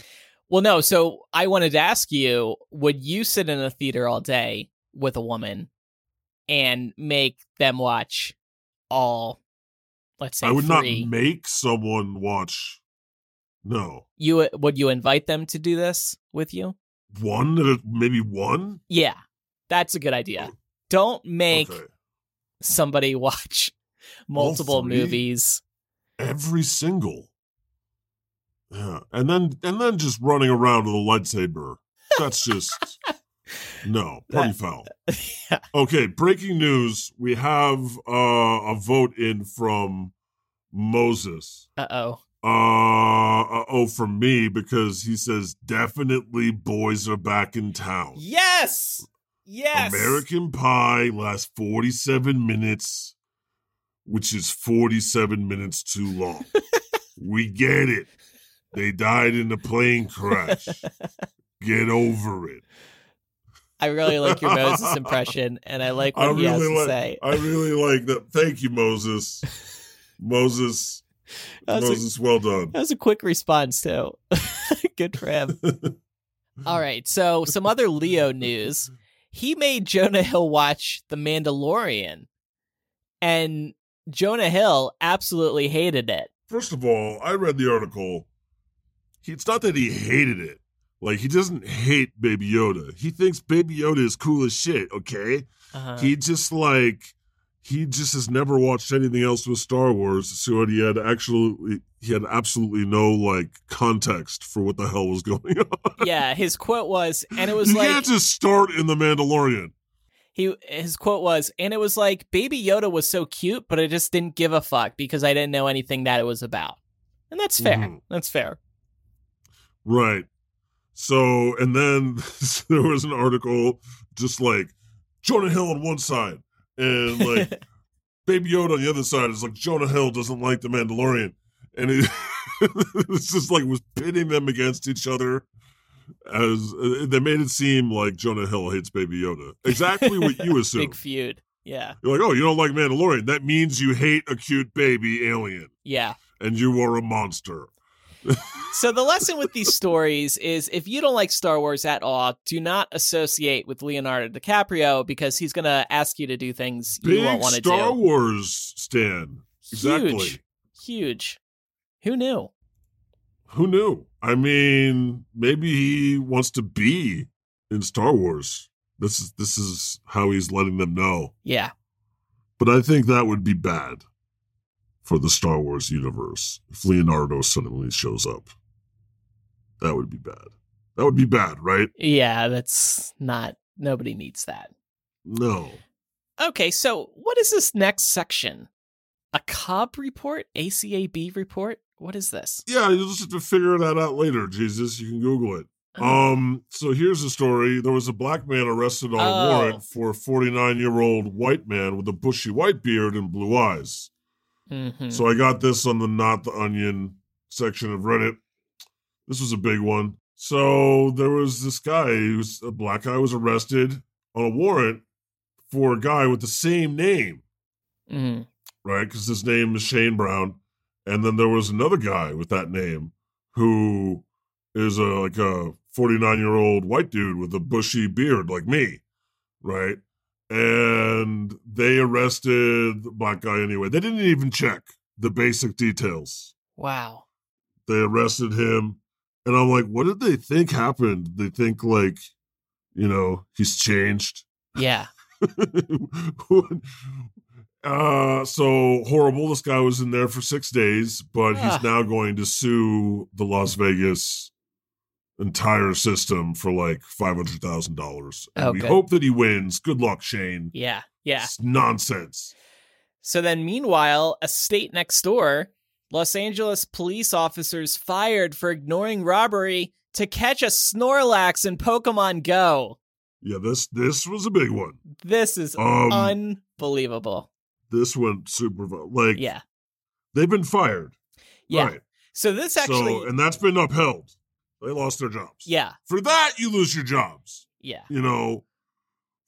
Speaker 1: Well, no. So I wanted to ask you: Would you sit in a theater all day with a woman and make them watch all? Let's say
Speaker 2: I would
Speaker 1: three.
Speaker 2: not make someone watch no.
Speaker 1: you uh, would you invite them to do this with you?
Speaker 2: one at a- maybe one
Speaker 1: Yeah, that's a good idea. Don't make
Speaker 2: Oh, Okay.
Speaker 1: somebody watch multiple
Speaker 2: three?
Speaker 1: movies.
Speaker 2: every single yeah and then and then just running around with a lightsaber that's just no party foul
Speaker 1: Yeah.
Speaker 2: okay breaking news we have uh, a vote in from moses
Speaker 1: Uh oh.
Speaker 2: uh oh from me because he says definitely boys are back in town
Speaker 1: Yes. Yes.
Speaker 2: American Pie lasts 47 minutes, which is 47 minutes too long. we get it. They died in a plane crash. get over it.
Speaker 1: I really like your Moses impression, and I like what
Speaker 2: I
Speaker 1: he has
Speaker 2: really
Speaker 1: to
Speaker 2: like-
Speaker 1: say.
Speaker 2: I really like that. Thank you, Moses. Moses,
Speaker 1: That was, a,
Speaker 2: Moses, well done.
Speaker 1: that was a quick response too. Good for him. All right. So some other Leo news. He made Jonah Hill watch The Mandalorian, and Jonah Hill absolutely hated it.
Speaker 2: First of all, I read the article. He, it's not that he hated it. Like, he doesn't hate Baby Yoda. He thinks Baby Yoda is cool as shit, okay?
Speaker 1: Uh-huh.
Speaker 2: he just like he just has never watched anything else with Star Wars, so he had actually he had absolutely no like context for what the hell was going on.
Speaker 1: yeah, his quote was, and it was
Speaker 2: you
Speaker 1: like
Speaker 2: can't just start in the Mandalorian.
Speaker 1: he his quote was, and it was like Baby Yoda was so cute, but I just didn't give a fuck because I didn't know anything that it was about. And that's fair.
Speaker 2: Mhm.
Speaker 1: That's fair.
Speaker 2: Right. So, and then there was an article just like Jonah Hill on one side and like Baby Yoda on the other side. It's like Jonah Hill doesn't like the Mandalorian. And it, it's just like was pitting them against each other. As uh, they made it seem like Jonah Hill hates Baby Yoda. Exactly what you assume.
Speaker 1: Big feud. Yeah.
Speaker 2: You're like, oh, you don't like Mandalorian. That means you hate a cute baby alien
Speaker 1: Yeah.
Speaker 2: and you are a monster.
Speaker 1: So the lesson with these stories is if you don't like Star Wars at all, do not associate with Leonardo DiCaprio because he's going to ask you to do things you won't
Speaker 2: Big
Speaker 1: want to
Speaker 2: Star
Speaker 1: do.
Speaker 2: Wars Stan. Exactly.
Speaker 1: Huge. Huge. Who knew?
Speaker 2: Who knew? I mean, maybe he wants to be in Star Wars. This is this is how he's letting them know.
Speaker 1: Yeah.
Speaker 2: But I think that would be bad for the Star Wars universe if Leonardo suddenly shows up. That would be bad. That would be bad, right?
Speaker 1: Yeah, that's not nobody needs that.
Speaker 2: No.
Speaker 1: Okay, so what is this next section? A Cobb report? ACAB report? What is this?
Speaker 2: Yeah, you'll just have to figure that out later, Jesus. You can Google it. Um, so here's the story. There was a black man arrested on
Speaker 1: Oh.
Speaker 2: a warrant for a 49 year old white man with a bushy white beard and blue eyes.
Speaker 1: Mhm.
Speaker 2: So I got this on the Not the Onion section of Reddit. This was a big one. So there was this guy who's a black guy was arrested on a warrant for a guy with the same name,
Speaker 1: Mhm.
Speaker 2: right? Because his name is Shane Brown. And then there was another guy with that name who is a like a 49 year old white dude with a bushy beard like me, right? And they arrested the black guy anyway. They didn't even check the basic details.
Speaker 1: Wow.
Speaker 2: They arrested him. And I'm like, what did they think happened? They think like, you know, he's changed.
Speaker 1: Yeah.
Speaker 2: uh so horrible this guy was in there for six days but
Speaker 1: Ah.
Speaker 2: he's now going to sue the las vegas entire system for like $500000 and
Speaker 1: Oh,
Speaker 2: we
Speaker 1: good.
Speaker 2: hope that he wins good luck shane
Speaker 1: Yeah. Yeah.
Speaker 2: it's nonsense
Speaker 1: So then, meanwhile, a state next door, Los Angeles police officers fired for ignoring robbery to catch a Snorlax in Pokemon Go.
Speaker 2: Yeah, this this was a big one.
Speaker 1: This is
Speaker 2: Um,
Speaker 1: unbelievable.
Speaker 2: this went super vo- like
Speaker 1: Yeah.
Speaker 2: they've been fired.
Speaker 1: Yeah.
Speaker 2: Right.
Speaker 1: So this actually.
Speaker 2: so and that's been upheld. They lost their jobs.
Speaker 1: yeah.
Speaker 2: For that you lose your jobs.
Speaker 1: Yeah.
Speaker 2: You know,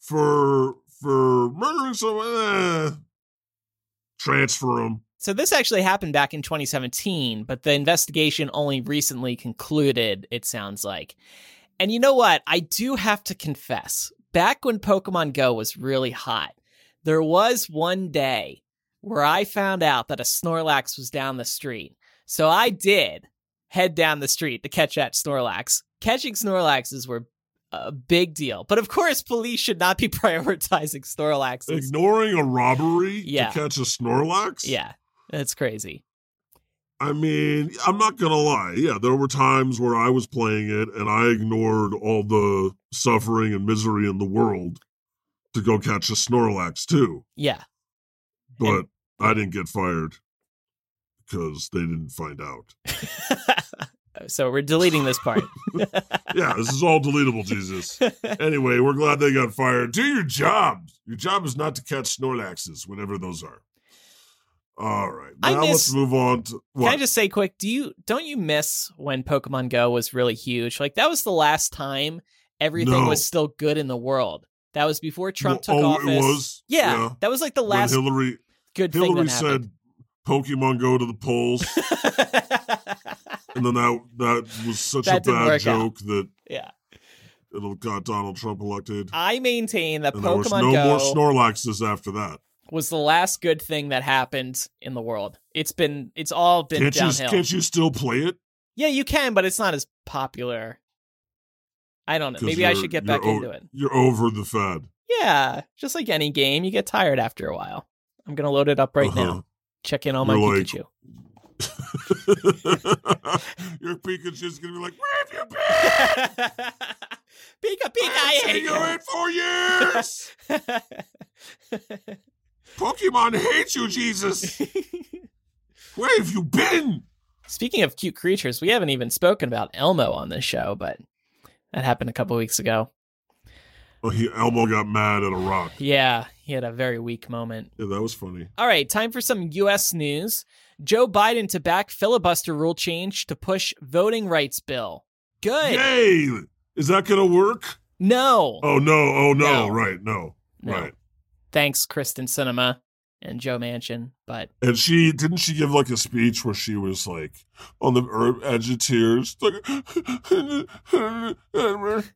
Speaker 2: for for murdering someone, eh, transfer them.
Speaker 1: So this actually happened back in 2017, but the investigation only recently concluded, it sounds like. And you know what? I do have to confess, back when Pokemon Go was really hot, there was one day where I found out that a Snorlax was down the street. So I did head down the street to catch that Snorlax. Catching Snorlaxes were a big deal. But of course, police should not be prioritizing Snorlaxes.
Speaker 2: Ignoring a robbery
Speaker 1: Yeah.
Speaker 2: to catch a Snorlax.
Speaker 1: Yeah, that's crazy.
Speaker 2: I mean, I'm not gonna lie. Yeah, there were times where I was playing it and I ignored all the suffering and misery in the world to go catch a Snorlax too.
Speaker 1: Yeah.
Speaker 2: But I didn't get fired because they didn't find out.
Speaker 1: so we're deleting this part.
Speaker 2: Yeah, this is all deletable, Jesus. Anyway, we're glad they got fired. Do your job. Your job is not to catch Snorlaxes, whatever those are. All right,
Speaker 1: I
Speaker 2: now
Speaker 1: miss-
Speaker 2: let's move on to
Speaker 1: Can I
Speaker 2: what?
Speaker 1: just say quick, do you don't you miss when Pokemon Go was really huge? Like that was the last time everything
Speaker 2: No.
Speaker 1: was still good in the world. That was before Trump took
Speaker 2: oh,
Speaker 1: office.
Speaker 2: it was
Speaker 1: Yeah, that was like the
Speaker 2: when
Speaker 1: last
Speaker 2: Hillary
Speaker 1: good
Speaker 2: Hillary
Speaker 1: thing that happened.
Speaker 2: said, "Pokemon go to the polls," and then that that was such
Speaker 1: That
Speaker 2: a
Speaker 1: didn't
Speaker 2: bad
Speaker 1: work
Speaker 2: joke that
Speaker 1: yeah,
Speaker 2: it got Donald Trump elected,
Speaker 1: I maintain that
Speaker 2: and there was
Speaker 1: Uh, Pokemon
Speaker 2: no
Speaker 1: Go
Speaker 2: more Snorlaxes after that.
Speaker 1: was the last good thing that happened in the world. It's been it's all been
Speaker 2: Can't you
Speaker 1: downhill.
Speaker 2: can't you still play it?
Speaker 1: Yeah, you can, but it's not as popular. I don't know.
Speaker 2: 'Cause
Speaker 1: Maybe I
Speaker 2: you're-
Speaker 1: should get
Speaker 2: you're
Speaker 1: back
Speaker 2: o-
Speaker 1: into it.
Speaker 2: You're over the fad
Speaker 1: Yeah, just like any game, you get tired after a while. I'm gonna load it up right
Speaker 2: Uh-huh.
Speaker 1: now. Check in on my
Speaker 2: You're like-
Speaker 1: Pikachu.
Speaker 2: Your Pikachu's gonna be like, "Where have you been?
Speaker 1: Pika Pika, I
Speaker 2: I've seen
Speaker 1: hate
Speaker 2: you in four years.
Speaker 1: you.
Speaker 2: Pokemon hates you, Jesus. Where have you been?
Speaker 1: Speaking of cute creatures, we haven't even spoken about Elmo on this show, but that happened a couple weeks ago.
Speaker 2: Oh, he Elmo got mad at a rock.
Speaker 1: Yeah, he had a very weak moment.
Speaker 2: Yeah, that was funny.
Speaker 1: All right, time for some U.S. news. Joe Biden to back filibuster rule change to push voting rights bill. Good.
Speaker 2: Yay! Is that gonna work?
Speaker 1: No.
Speaker 2: Oh no! Oh no!
Speaker 1: No.
Speaker 2: Right? No.
Speaker 1: No.
Speaker 2: Right.
Speaker 1: Thanks, Kristen Cinema and Joe Manchin. But
Speaker 2: And she didn't she give like a speech where she was like on the er, edge of tears, like,
Speaker 1: the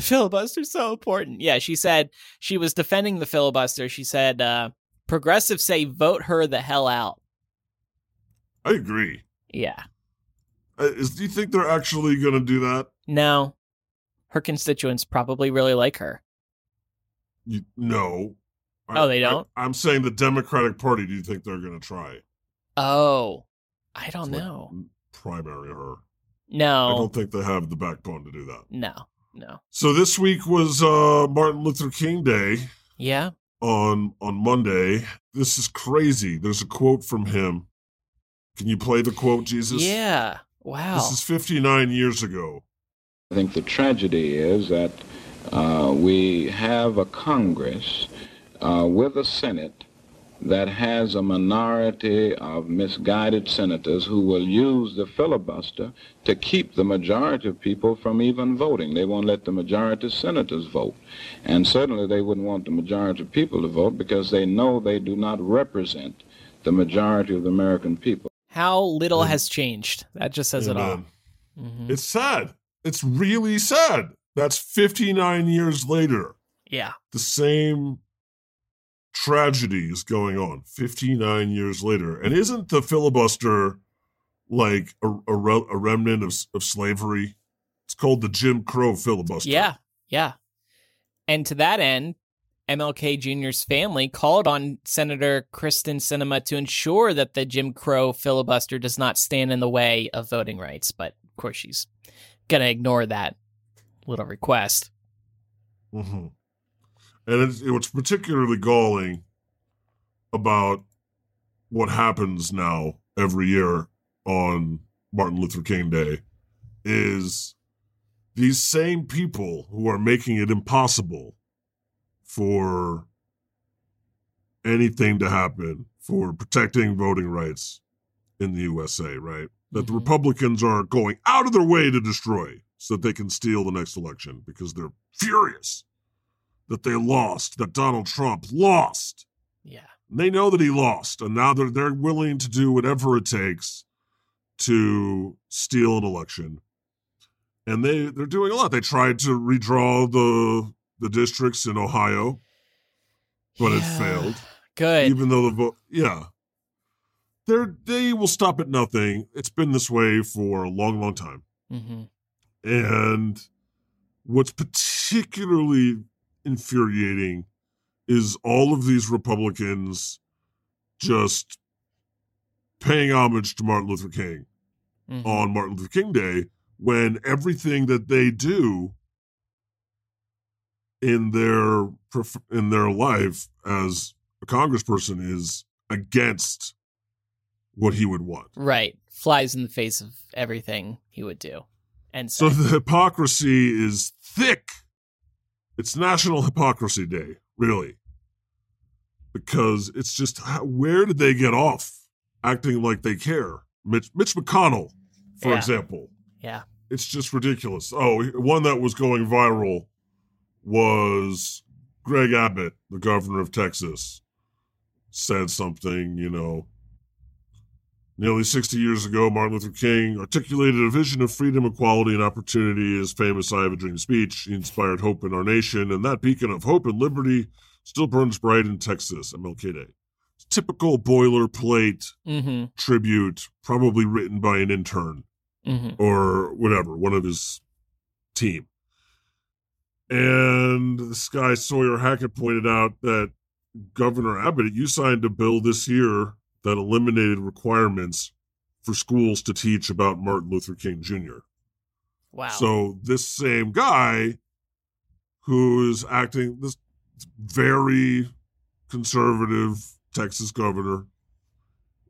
Speaker 1: filibuster's so important. Yeah, she said she was defending the filibuster. She said uh, progressives say vote her the hell out.
Speaker 2: I agree.
Speaker 1: Yeah.
Speaker 2: Uh, Is, do you think they're actually gonna do that?
Speaker 1: No. Her constituents probably really like her.
Speaker 2: You, no.
Speaker 1: Oh, they don't?
Speaker 2: I, am saying the Democratic Party. Do you think they're gonna try
Speaker 1: Oh, Oh. I don't
Speaker 2: It's like-
Speaker 1: know.
Speaker 2: primary her? I
Speaker 1: No.
Speaker 2: don't think they have the backbone to do that.
Speaker 1: No. No.
Speaker 2: So this week was uh, Martin Luther King Day.
Speaker 1: Yeah.
Speaker 2: on on Monday. This is crazy. There's a quote from him. Can you play the quote, Jesus?
Speaker 1: yeah. Wow.
Speaker 2: This is 59 years ago.
Speaker 3: I think the tragedy is that uh, we have a Congress uh, with a Senate that has a minority of misguided senators who will use the filibuster to keep the majority of people from even voting. They won't let the majority of senators vote. And certainly they wouldn't want the majority of people to vote because they know they do not represent the majority of the American people.
Speaker 1: How little has changed. That just says it all.
Speaker 2: Amen.
Speaker 1: Mm-hmm.
Speaker 2: It's sad. It's really sad. That's 59 years later.
Speaker 1: Yeah.
Speaker 2: The same tragedy is going on 59 years later. And isn't the filibuster like a, a, re- a remnant of, s- of slavery? It's called the Jim Crow filibuster.
Speaker 1: Yeah. Yeah. And to that end, MLK Jr.'s family called on Senator Kristen Cinema to ensure that the Jim Crow filibuster does not stand in the way of voting rights. But of course, she's going to ignore that little request.
Speaker 2: Mm-hmm. hmm And it's, what's particularly galling about what happens now every year on Martin Luther King Day is these same people who are making it impossible for anything to happen for protecting voting rights in the USA, right? That the
Speaker 1: Mhm.
Speaker 2: Republicans are going out of their way to destroy so that they can steal the next election because they're furious that they lost, that Donald Trump lost.
Speaker 1: Yeah.
Speaker 2: They know that he lost, and now they're they're willing to do whatever it takes to steal an election. And they they're doing a lot. They tried to redraw the the districts in Ohio, but
Speaker 1: Yeah.
Speaker 2: it failed.
Speaker 1: Good.
Speaker 2: Even though the vote, yeah, they're they will stop at nothing. It's been this way for a long, long time.
Speaker 1: hmm
Speaker 2: And what's particularly infuriating is all of these Republicans just paying homage to Martin Luther King
Speaker 1: hmm
Speaker 2: on Martin Luther King Day when everything that they do in their prof- in their life as a congressperson is against what he would want.
Speaker 1: Right. Flies in the face of everything he would do. And
Speaker 2: So
Speaker 1: so,
Speaker 2: the hypocrisy is thick. It's National Hypocrisy Day, really. Because it's just how, where did they get off acting like they care? Mitch, Mitch McConnell, for
Speaker 1: Yeah.
Speaker 2: example.
Speaker 1: yeah.
Speaker 2: It's just ridiculous. Oh, one that was going viral was Greg Abbott, the governor of Texas, said something, you know, nearly 60 years ago, Martin Luther King articulated a vision of freedom, equality, and opportunity in his famous I Have a Dream speech. He inspired hope in our nation, and that beacon of hope and liberty still burns bright in Texas, MLK Day. Typical boilerplate
Speaker 1: hmm
Speaker 2: tribute, probably written by an intern
Speaker 1: hmm
Speaker 2: or whatever, one of his team. And this guy Sawyer Hackett pointed out that Governor Abbott, you signed a bill this year that eliminated requirements for schools to teach about Martin Luther King Jr.
Speaker 1: Wow.
Speaker 2: So this same guy who is acting this very conservative Texas governor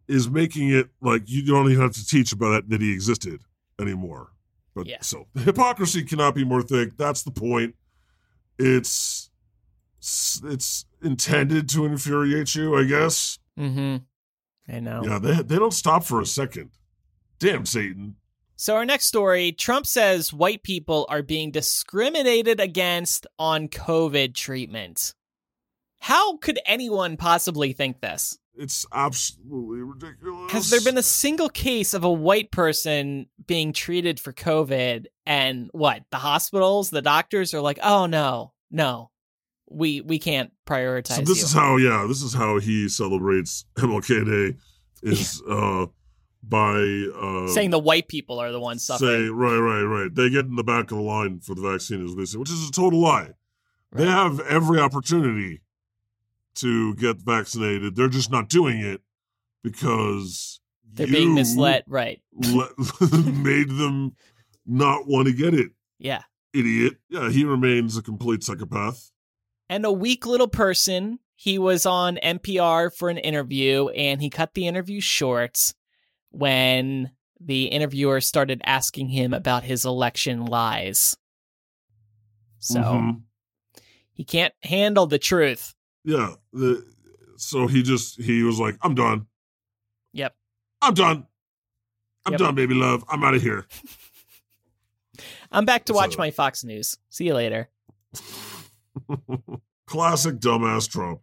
Speaker 2: is making it like you don't even have to teach about that that he existed anymore. But
Speaker 1: Yeah.
Speaker 2: so hypocrisy cannot be more thick. That's the point. It's it's intended to infuriate you, I guess.
Speaker 1: hmm I know.
Speaker 2: Yeah, they they don't stop for a second. Damn Satan.
Speaker 1: So, our next story Trump says white people are being discriminated against on COVID treatment. How could anyone possibly think this?
Speaker 2: It's absolutely ridiculous.
Speaker 1: Has there been a single case of a white person being treated for COVID and what? The hospitals, the doctors are like, "Oh no. No. We we can't prioritize
Speaker 2: So this
Speaker 1: you."
Speaker 2: is how yeah, this is how he celebrates MLK Day is uh by uh
Speaker 1: Saying the white people are the ones
Speaker 2: say
Speaker 1: suffering.
Speaker 2: right, right, right. They get in the back of the line for the vaccine is basically which is a total lie. They
Speaker 1: Right.
Speaker 2: have every opportunity to get vaccinated. They're just not doing it because
Speaker 1: They're being
Speaker 2: you
Speaker 1: misled, right?
Speaker 2: le- made them not want to get it,
Speaker 1: Yeah.
Speaker 2: idiot. Yeah, he remains a complete psychopath.
Speaker 1: and a weak little person. He was on NPR for an interview and he cut the interview short when the interviewer started asking him about his election lies. So
Speaker 2: Mhm.
Speaker 1: he can't handle the truth.
Speaker 2: Yeah. The, so he just he was like, I'm done.
Speaker 1: Yep.
Speaker 2: I'm done. I'm
Speaker 1: Yep.
Speaker 2: done, baby love. I'm out of here.
Speaker 1: I'm back to
Speaker 2: So-
Speaker 1: watch my Fox News. See you later.
Speaker 2: Classic dumbass Trump.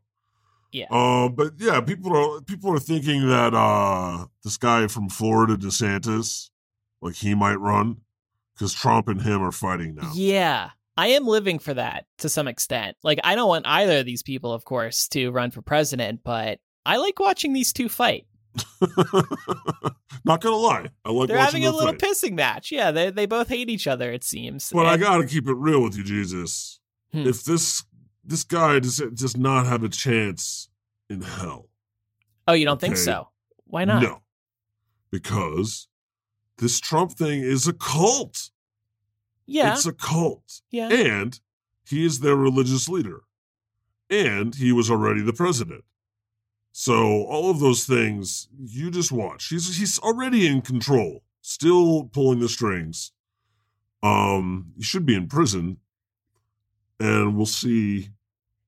Speaker 1: Yeah.
Speaker 2: Uh, but yeah, people are people are thinking that uh this guy from Florida, DeSantis, like he might run because Trump and him are fighting now.
Speaker 1: Yeah. I am living for that to some extent. Like, I don't want either of these people, of course, to run for president, but I like watching these two fight.
Speaker 2: Not gonna lie, I like
Speaker 1: They're
Speaker 2: watching
Speaker 1: having a
Speaker 2: them
Speaker 1: little
Speaker 2: fight.
Speaker 1: pissing match. Yeah, they they both hate each other. It seems.
Speaker 2: But I
Speaker 1: And-
Speaker 2: gotta keep it real with you, Jesus.
Speaker 1: Hmm.
Speaker 2: If this this guy does does not have a chance in hell,
Speaker 1: oh, you don't think
Speaker 2: okay.
Speaker 1: so? Why not?
Speaker 2: No. Because this Trump thing is a cult.
Speaker 1: Yeah,
Speaker 2: It's a cult.
Speaker 1: yeah,
Speaker 2: And he is their religious leader. And he was already the president. So all of those things, you just watch. He's he's already in control, still pulling the strings. Um, he should be in prison, and we'll see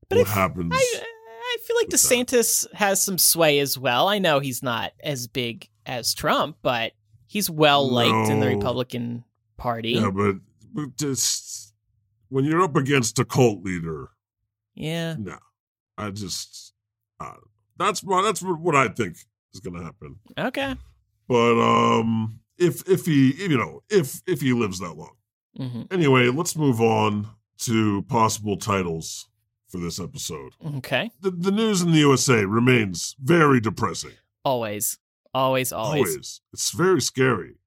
Speaker 1: But
Speaker 2: what
Speaker 1: if-
Speaker 2: happens.
Speaker 1: I I feel like
Speaker 2: With that.
Speaker 1: DeSantis has some sway as well. I know he's not as big as Trump, but he's well liked in the
Speaker 2: No.
Speaker 1: Republican Party.
Speaker 2: yeah, but but just when you're up against a cult leader,
Speaker 1: yeah.
Speaker 2: no, I just I, that's my that's what what I think is going to happen.
Speaker 1: Okay.
Speaker 2: But um, if if he if, you know if if he lives that long.
Speaker 1: hmm
Speaker 2: Anyway, let's move on to possible titles for this episode.
Speaker 1: Okay.
Speaker 2: The, the news in the USA remains very depressing.
Speaker 1: Always. Always, always.
Speaker 2: It's very scary.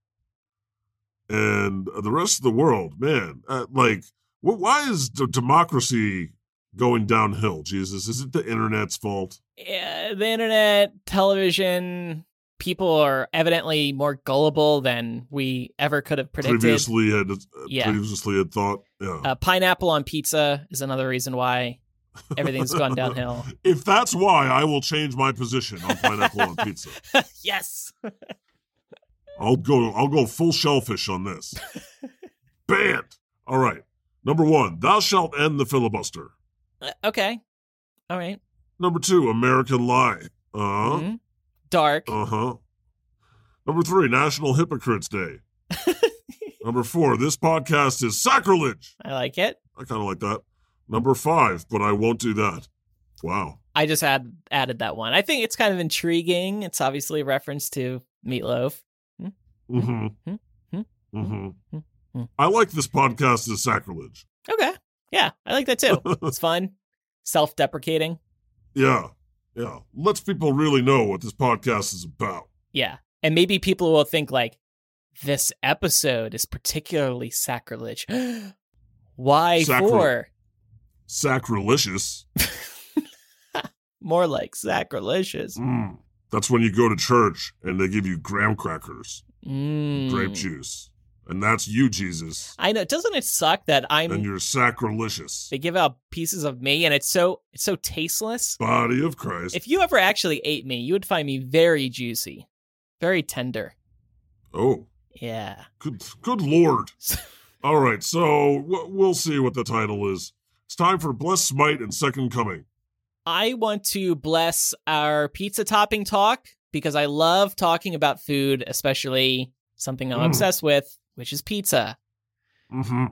Speaker 2: And uh, the rest of the world, man, uh, like, wh- why is d- democracy going downhill, Jesus? Is it the internet's fault?
Speaker 1: Yeah, the internet, television, people are evidently more gullible than we ever could have predicted.
Speaker 2: Previously had uh,
Speaker 1: Yeah.
Speaker 2: previously had thought, yeah.
Speaker 1: Uh, pineapple on pizza is another reason why everything's gone downhill.
Speaker 2: If that's why, I will change my position on pineapple on pizza.
Speaker 1: yes.
Speaker 2: I'll go. I'll go full shellfish on this. Banned. All right. Number one, thou shalt end the filibuster.
Speaker 1: Uh, Okay. All right.
Speaker 2: Number two, American lie. Uh huh.
Speaker 1: Mhm. Dark.
Speaker 2: Uh huh. Number three, National Hypocrites Day. Number four, this podcast is sacrilege.
Speaker 1: I like it.
Speaker 2: I kind of like that. Number five, but I won't do that. Wow.
Speaker 1: I just add, added that one. I think it's kind of intriguing. It's obviously a reference to Meatloaf.
Speaker 2: Mm hmm.
Speaker 1: Hmm.
Speaker 2: Mm hmm.
Speaker 1: Hmm.
Speaker 2: I like this podcast is sacrilege.
Speaker 1: Okay. Yeah, I like that too. it's fun. Self-deprecating.
Speaker 2: Yeah. Yeah. Lets people really know what this podcast is about.
Speaker 1: Yeah. And maybe people will think like this episode is particularly sacrilege. Why
Speaker 2: Sacri-
Speaker 1: for?
Speaker 2: sacrilicious.
Speaker 1: More like sacrilegious.
Speaker 2: Mm. That's when you go to church and they give you graham crackers,
Speaker 1: Mm.
Speaker 2: grape juice, and that's you, Jesus.
Speaker 1: I know. Doesn't it suck that
Speaker 2: And
Speaker 1: I'm
Speaker 2: you're sacrilicious,
Speaker 1: they give out pieces of me and it's so it's so tasteless?
Speaker 2: body of Christ.
Speaker 1: If you ever actually ate me, you would find me very juicy, very tender.
Speaker 2: oh,
Speaker 1: Yeah.
Speaker 2: good, good Lord! All right, so w- we'll see what the title is. It's time for Blessed Smite and Second Coming.
Speaker 1: I want to bless our pizza topping talk because I love talking about food, especially something I'm
Speaker 2: Mm.
Speaker 1: obsessed with, which is pizza.
Speaker 2: Mm-hmm.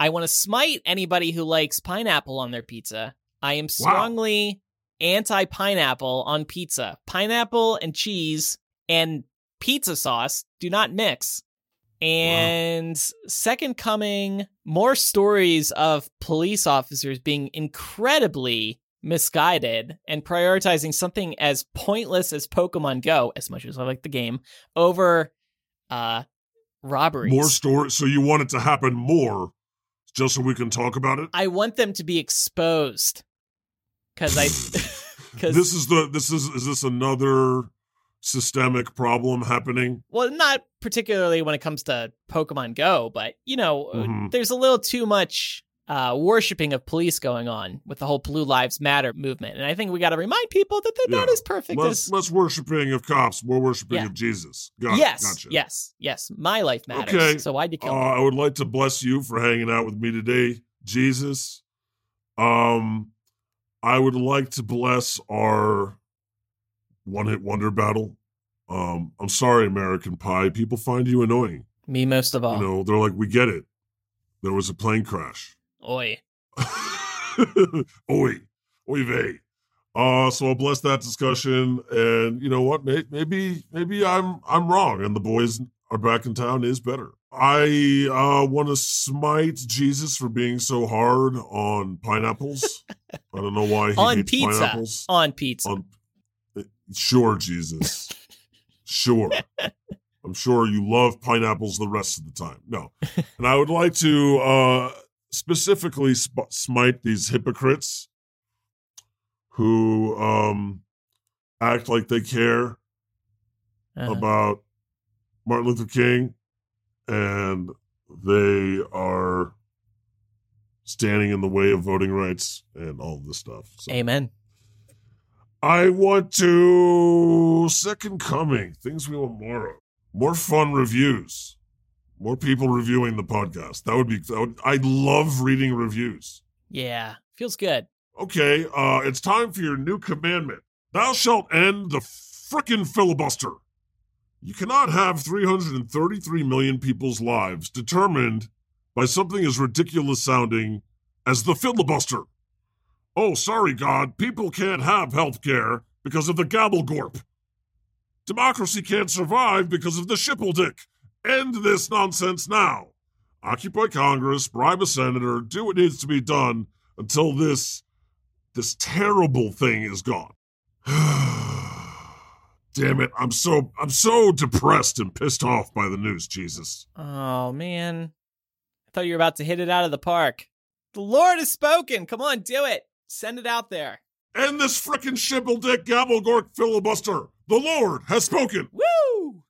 Speaker 1: I want to smite anybody who likes pineapple on their pizza. I am strongly anti pineapple on pizza. Pineapple and cheese and pizza sauce do not mix. And second coming, more stories of police officers being incredibly misguided and prioritizing something as pointless as Pokemon Go, as much as I like the game, over uh robberies.
Speaker 2: More story. So you want it to happen more, just so we can talk about it.
Speaker 1: I want them to be exposed because I because
Speaker 2: This is the. This is. Is this another systemic problem happening?
Speaker 1: well, not particularly when it comes to Pokemon Go, but you know, uh,
Speaker 2: Mhm.
Speaker 1: there's a little too much uh, worshiping of police going on with the whole Blue Lives Matter movement, and I think we got to remind people that they're not
Speaker 2: Yeah.
Speaker 1: as perfect
Speaker 2: Less,
Speaker 1: as
Speaker 2: less worshiping of cops, more worshiping
Speaker 1: Yeah.
Speaker 2: of Jesus. Got it,
Speaker 1: yes,
Speaker 2: gotcha.
Speaker 1: yes, yes. My life matters,
Speaker 2: Okay.
Speaker 1: so why'd you
Speaker 2: Uh,
Speaker 1: kill me?
Speaker 2: I would like to bless you for hanging out with me today, Jesus. Um, I would like to bless our one-hit wonder battle. Um, I'm sorry, American Pie. People find you annoying.
Speaker 1: me most of all?
Speaker 2: You know, they're like, we get it. There was a plane crash.
Speaker 1: Oi,
Speaker 2: Oi, oy vey. Uh, so I'll bless that discussion, and you know what? May- Maybe, maybe I'm I'm wrong, and the boys are back in town is better. I uh, want to smite Jesus for being so hard on pineapples. I don't know why he
Speaker 1: On
Speaker 2: hates
Speaker 1: pizza.
Speaker 2: pineapples.
Speaker 1: on pizza.
Speaker 2: On- sure, Jesus, sure. I'm sure you love pineapples the rest of the time. No, and I would like to uh, specifically sp- smite these hypocrites who um, act like they care
Speaker 1: Uh,
Speaker 2: about Martin Luther King, and they are standing in the way of voting rights and all this stuff. So.
Speaker 1: amen.
Speaker 2: I want to second coming, things we want more of, more fun reviews, more people reviewing the podcast. That would be. That would, I love reading reviews.
Speaker 1: Yeah, feels good.
Speaker 2: Okay, uh, it's time for your new commandment. Thou shalt end the frickin' filibuster. You cannot have 333 million people's lives determined by something as ridiculous sounding as the filibuster. Oh, sorry, God, people can't have health care because of the Gabblegorp. Democracy can't survive because of the Shippeldick. End this nonsense now. Occupy Congress, bribe a senator, do what needs to be done until this this terrible thing is gone. Damn it, I'm so I'm so depressed and pissed off by the news, Jesus.
Speaker 1: Oh man, I thought you were about to hit it out of the park. The Lord has spoken. Come on, do it. Send it out there.
Speaker 2: End this frickin' shibble dick gabblegork filibuster. The Lord has spoken.
Speaker 1: Woo!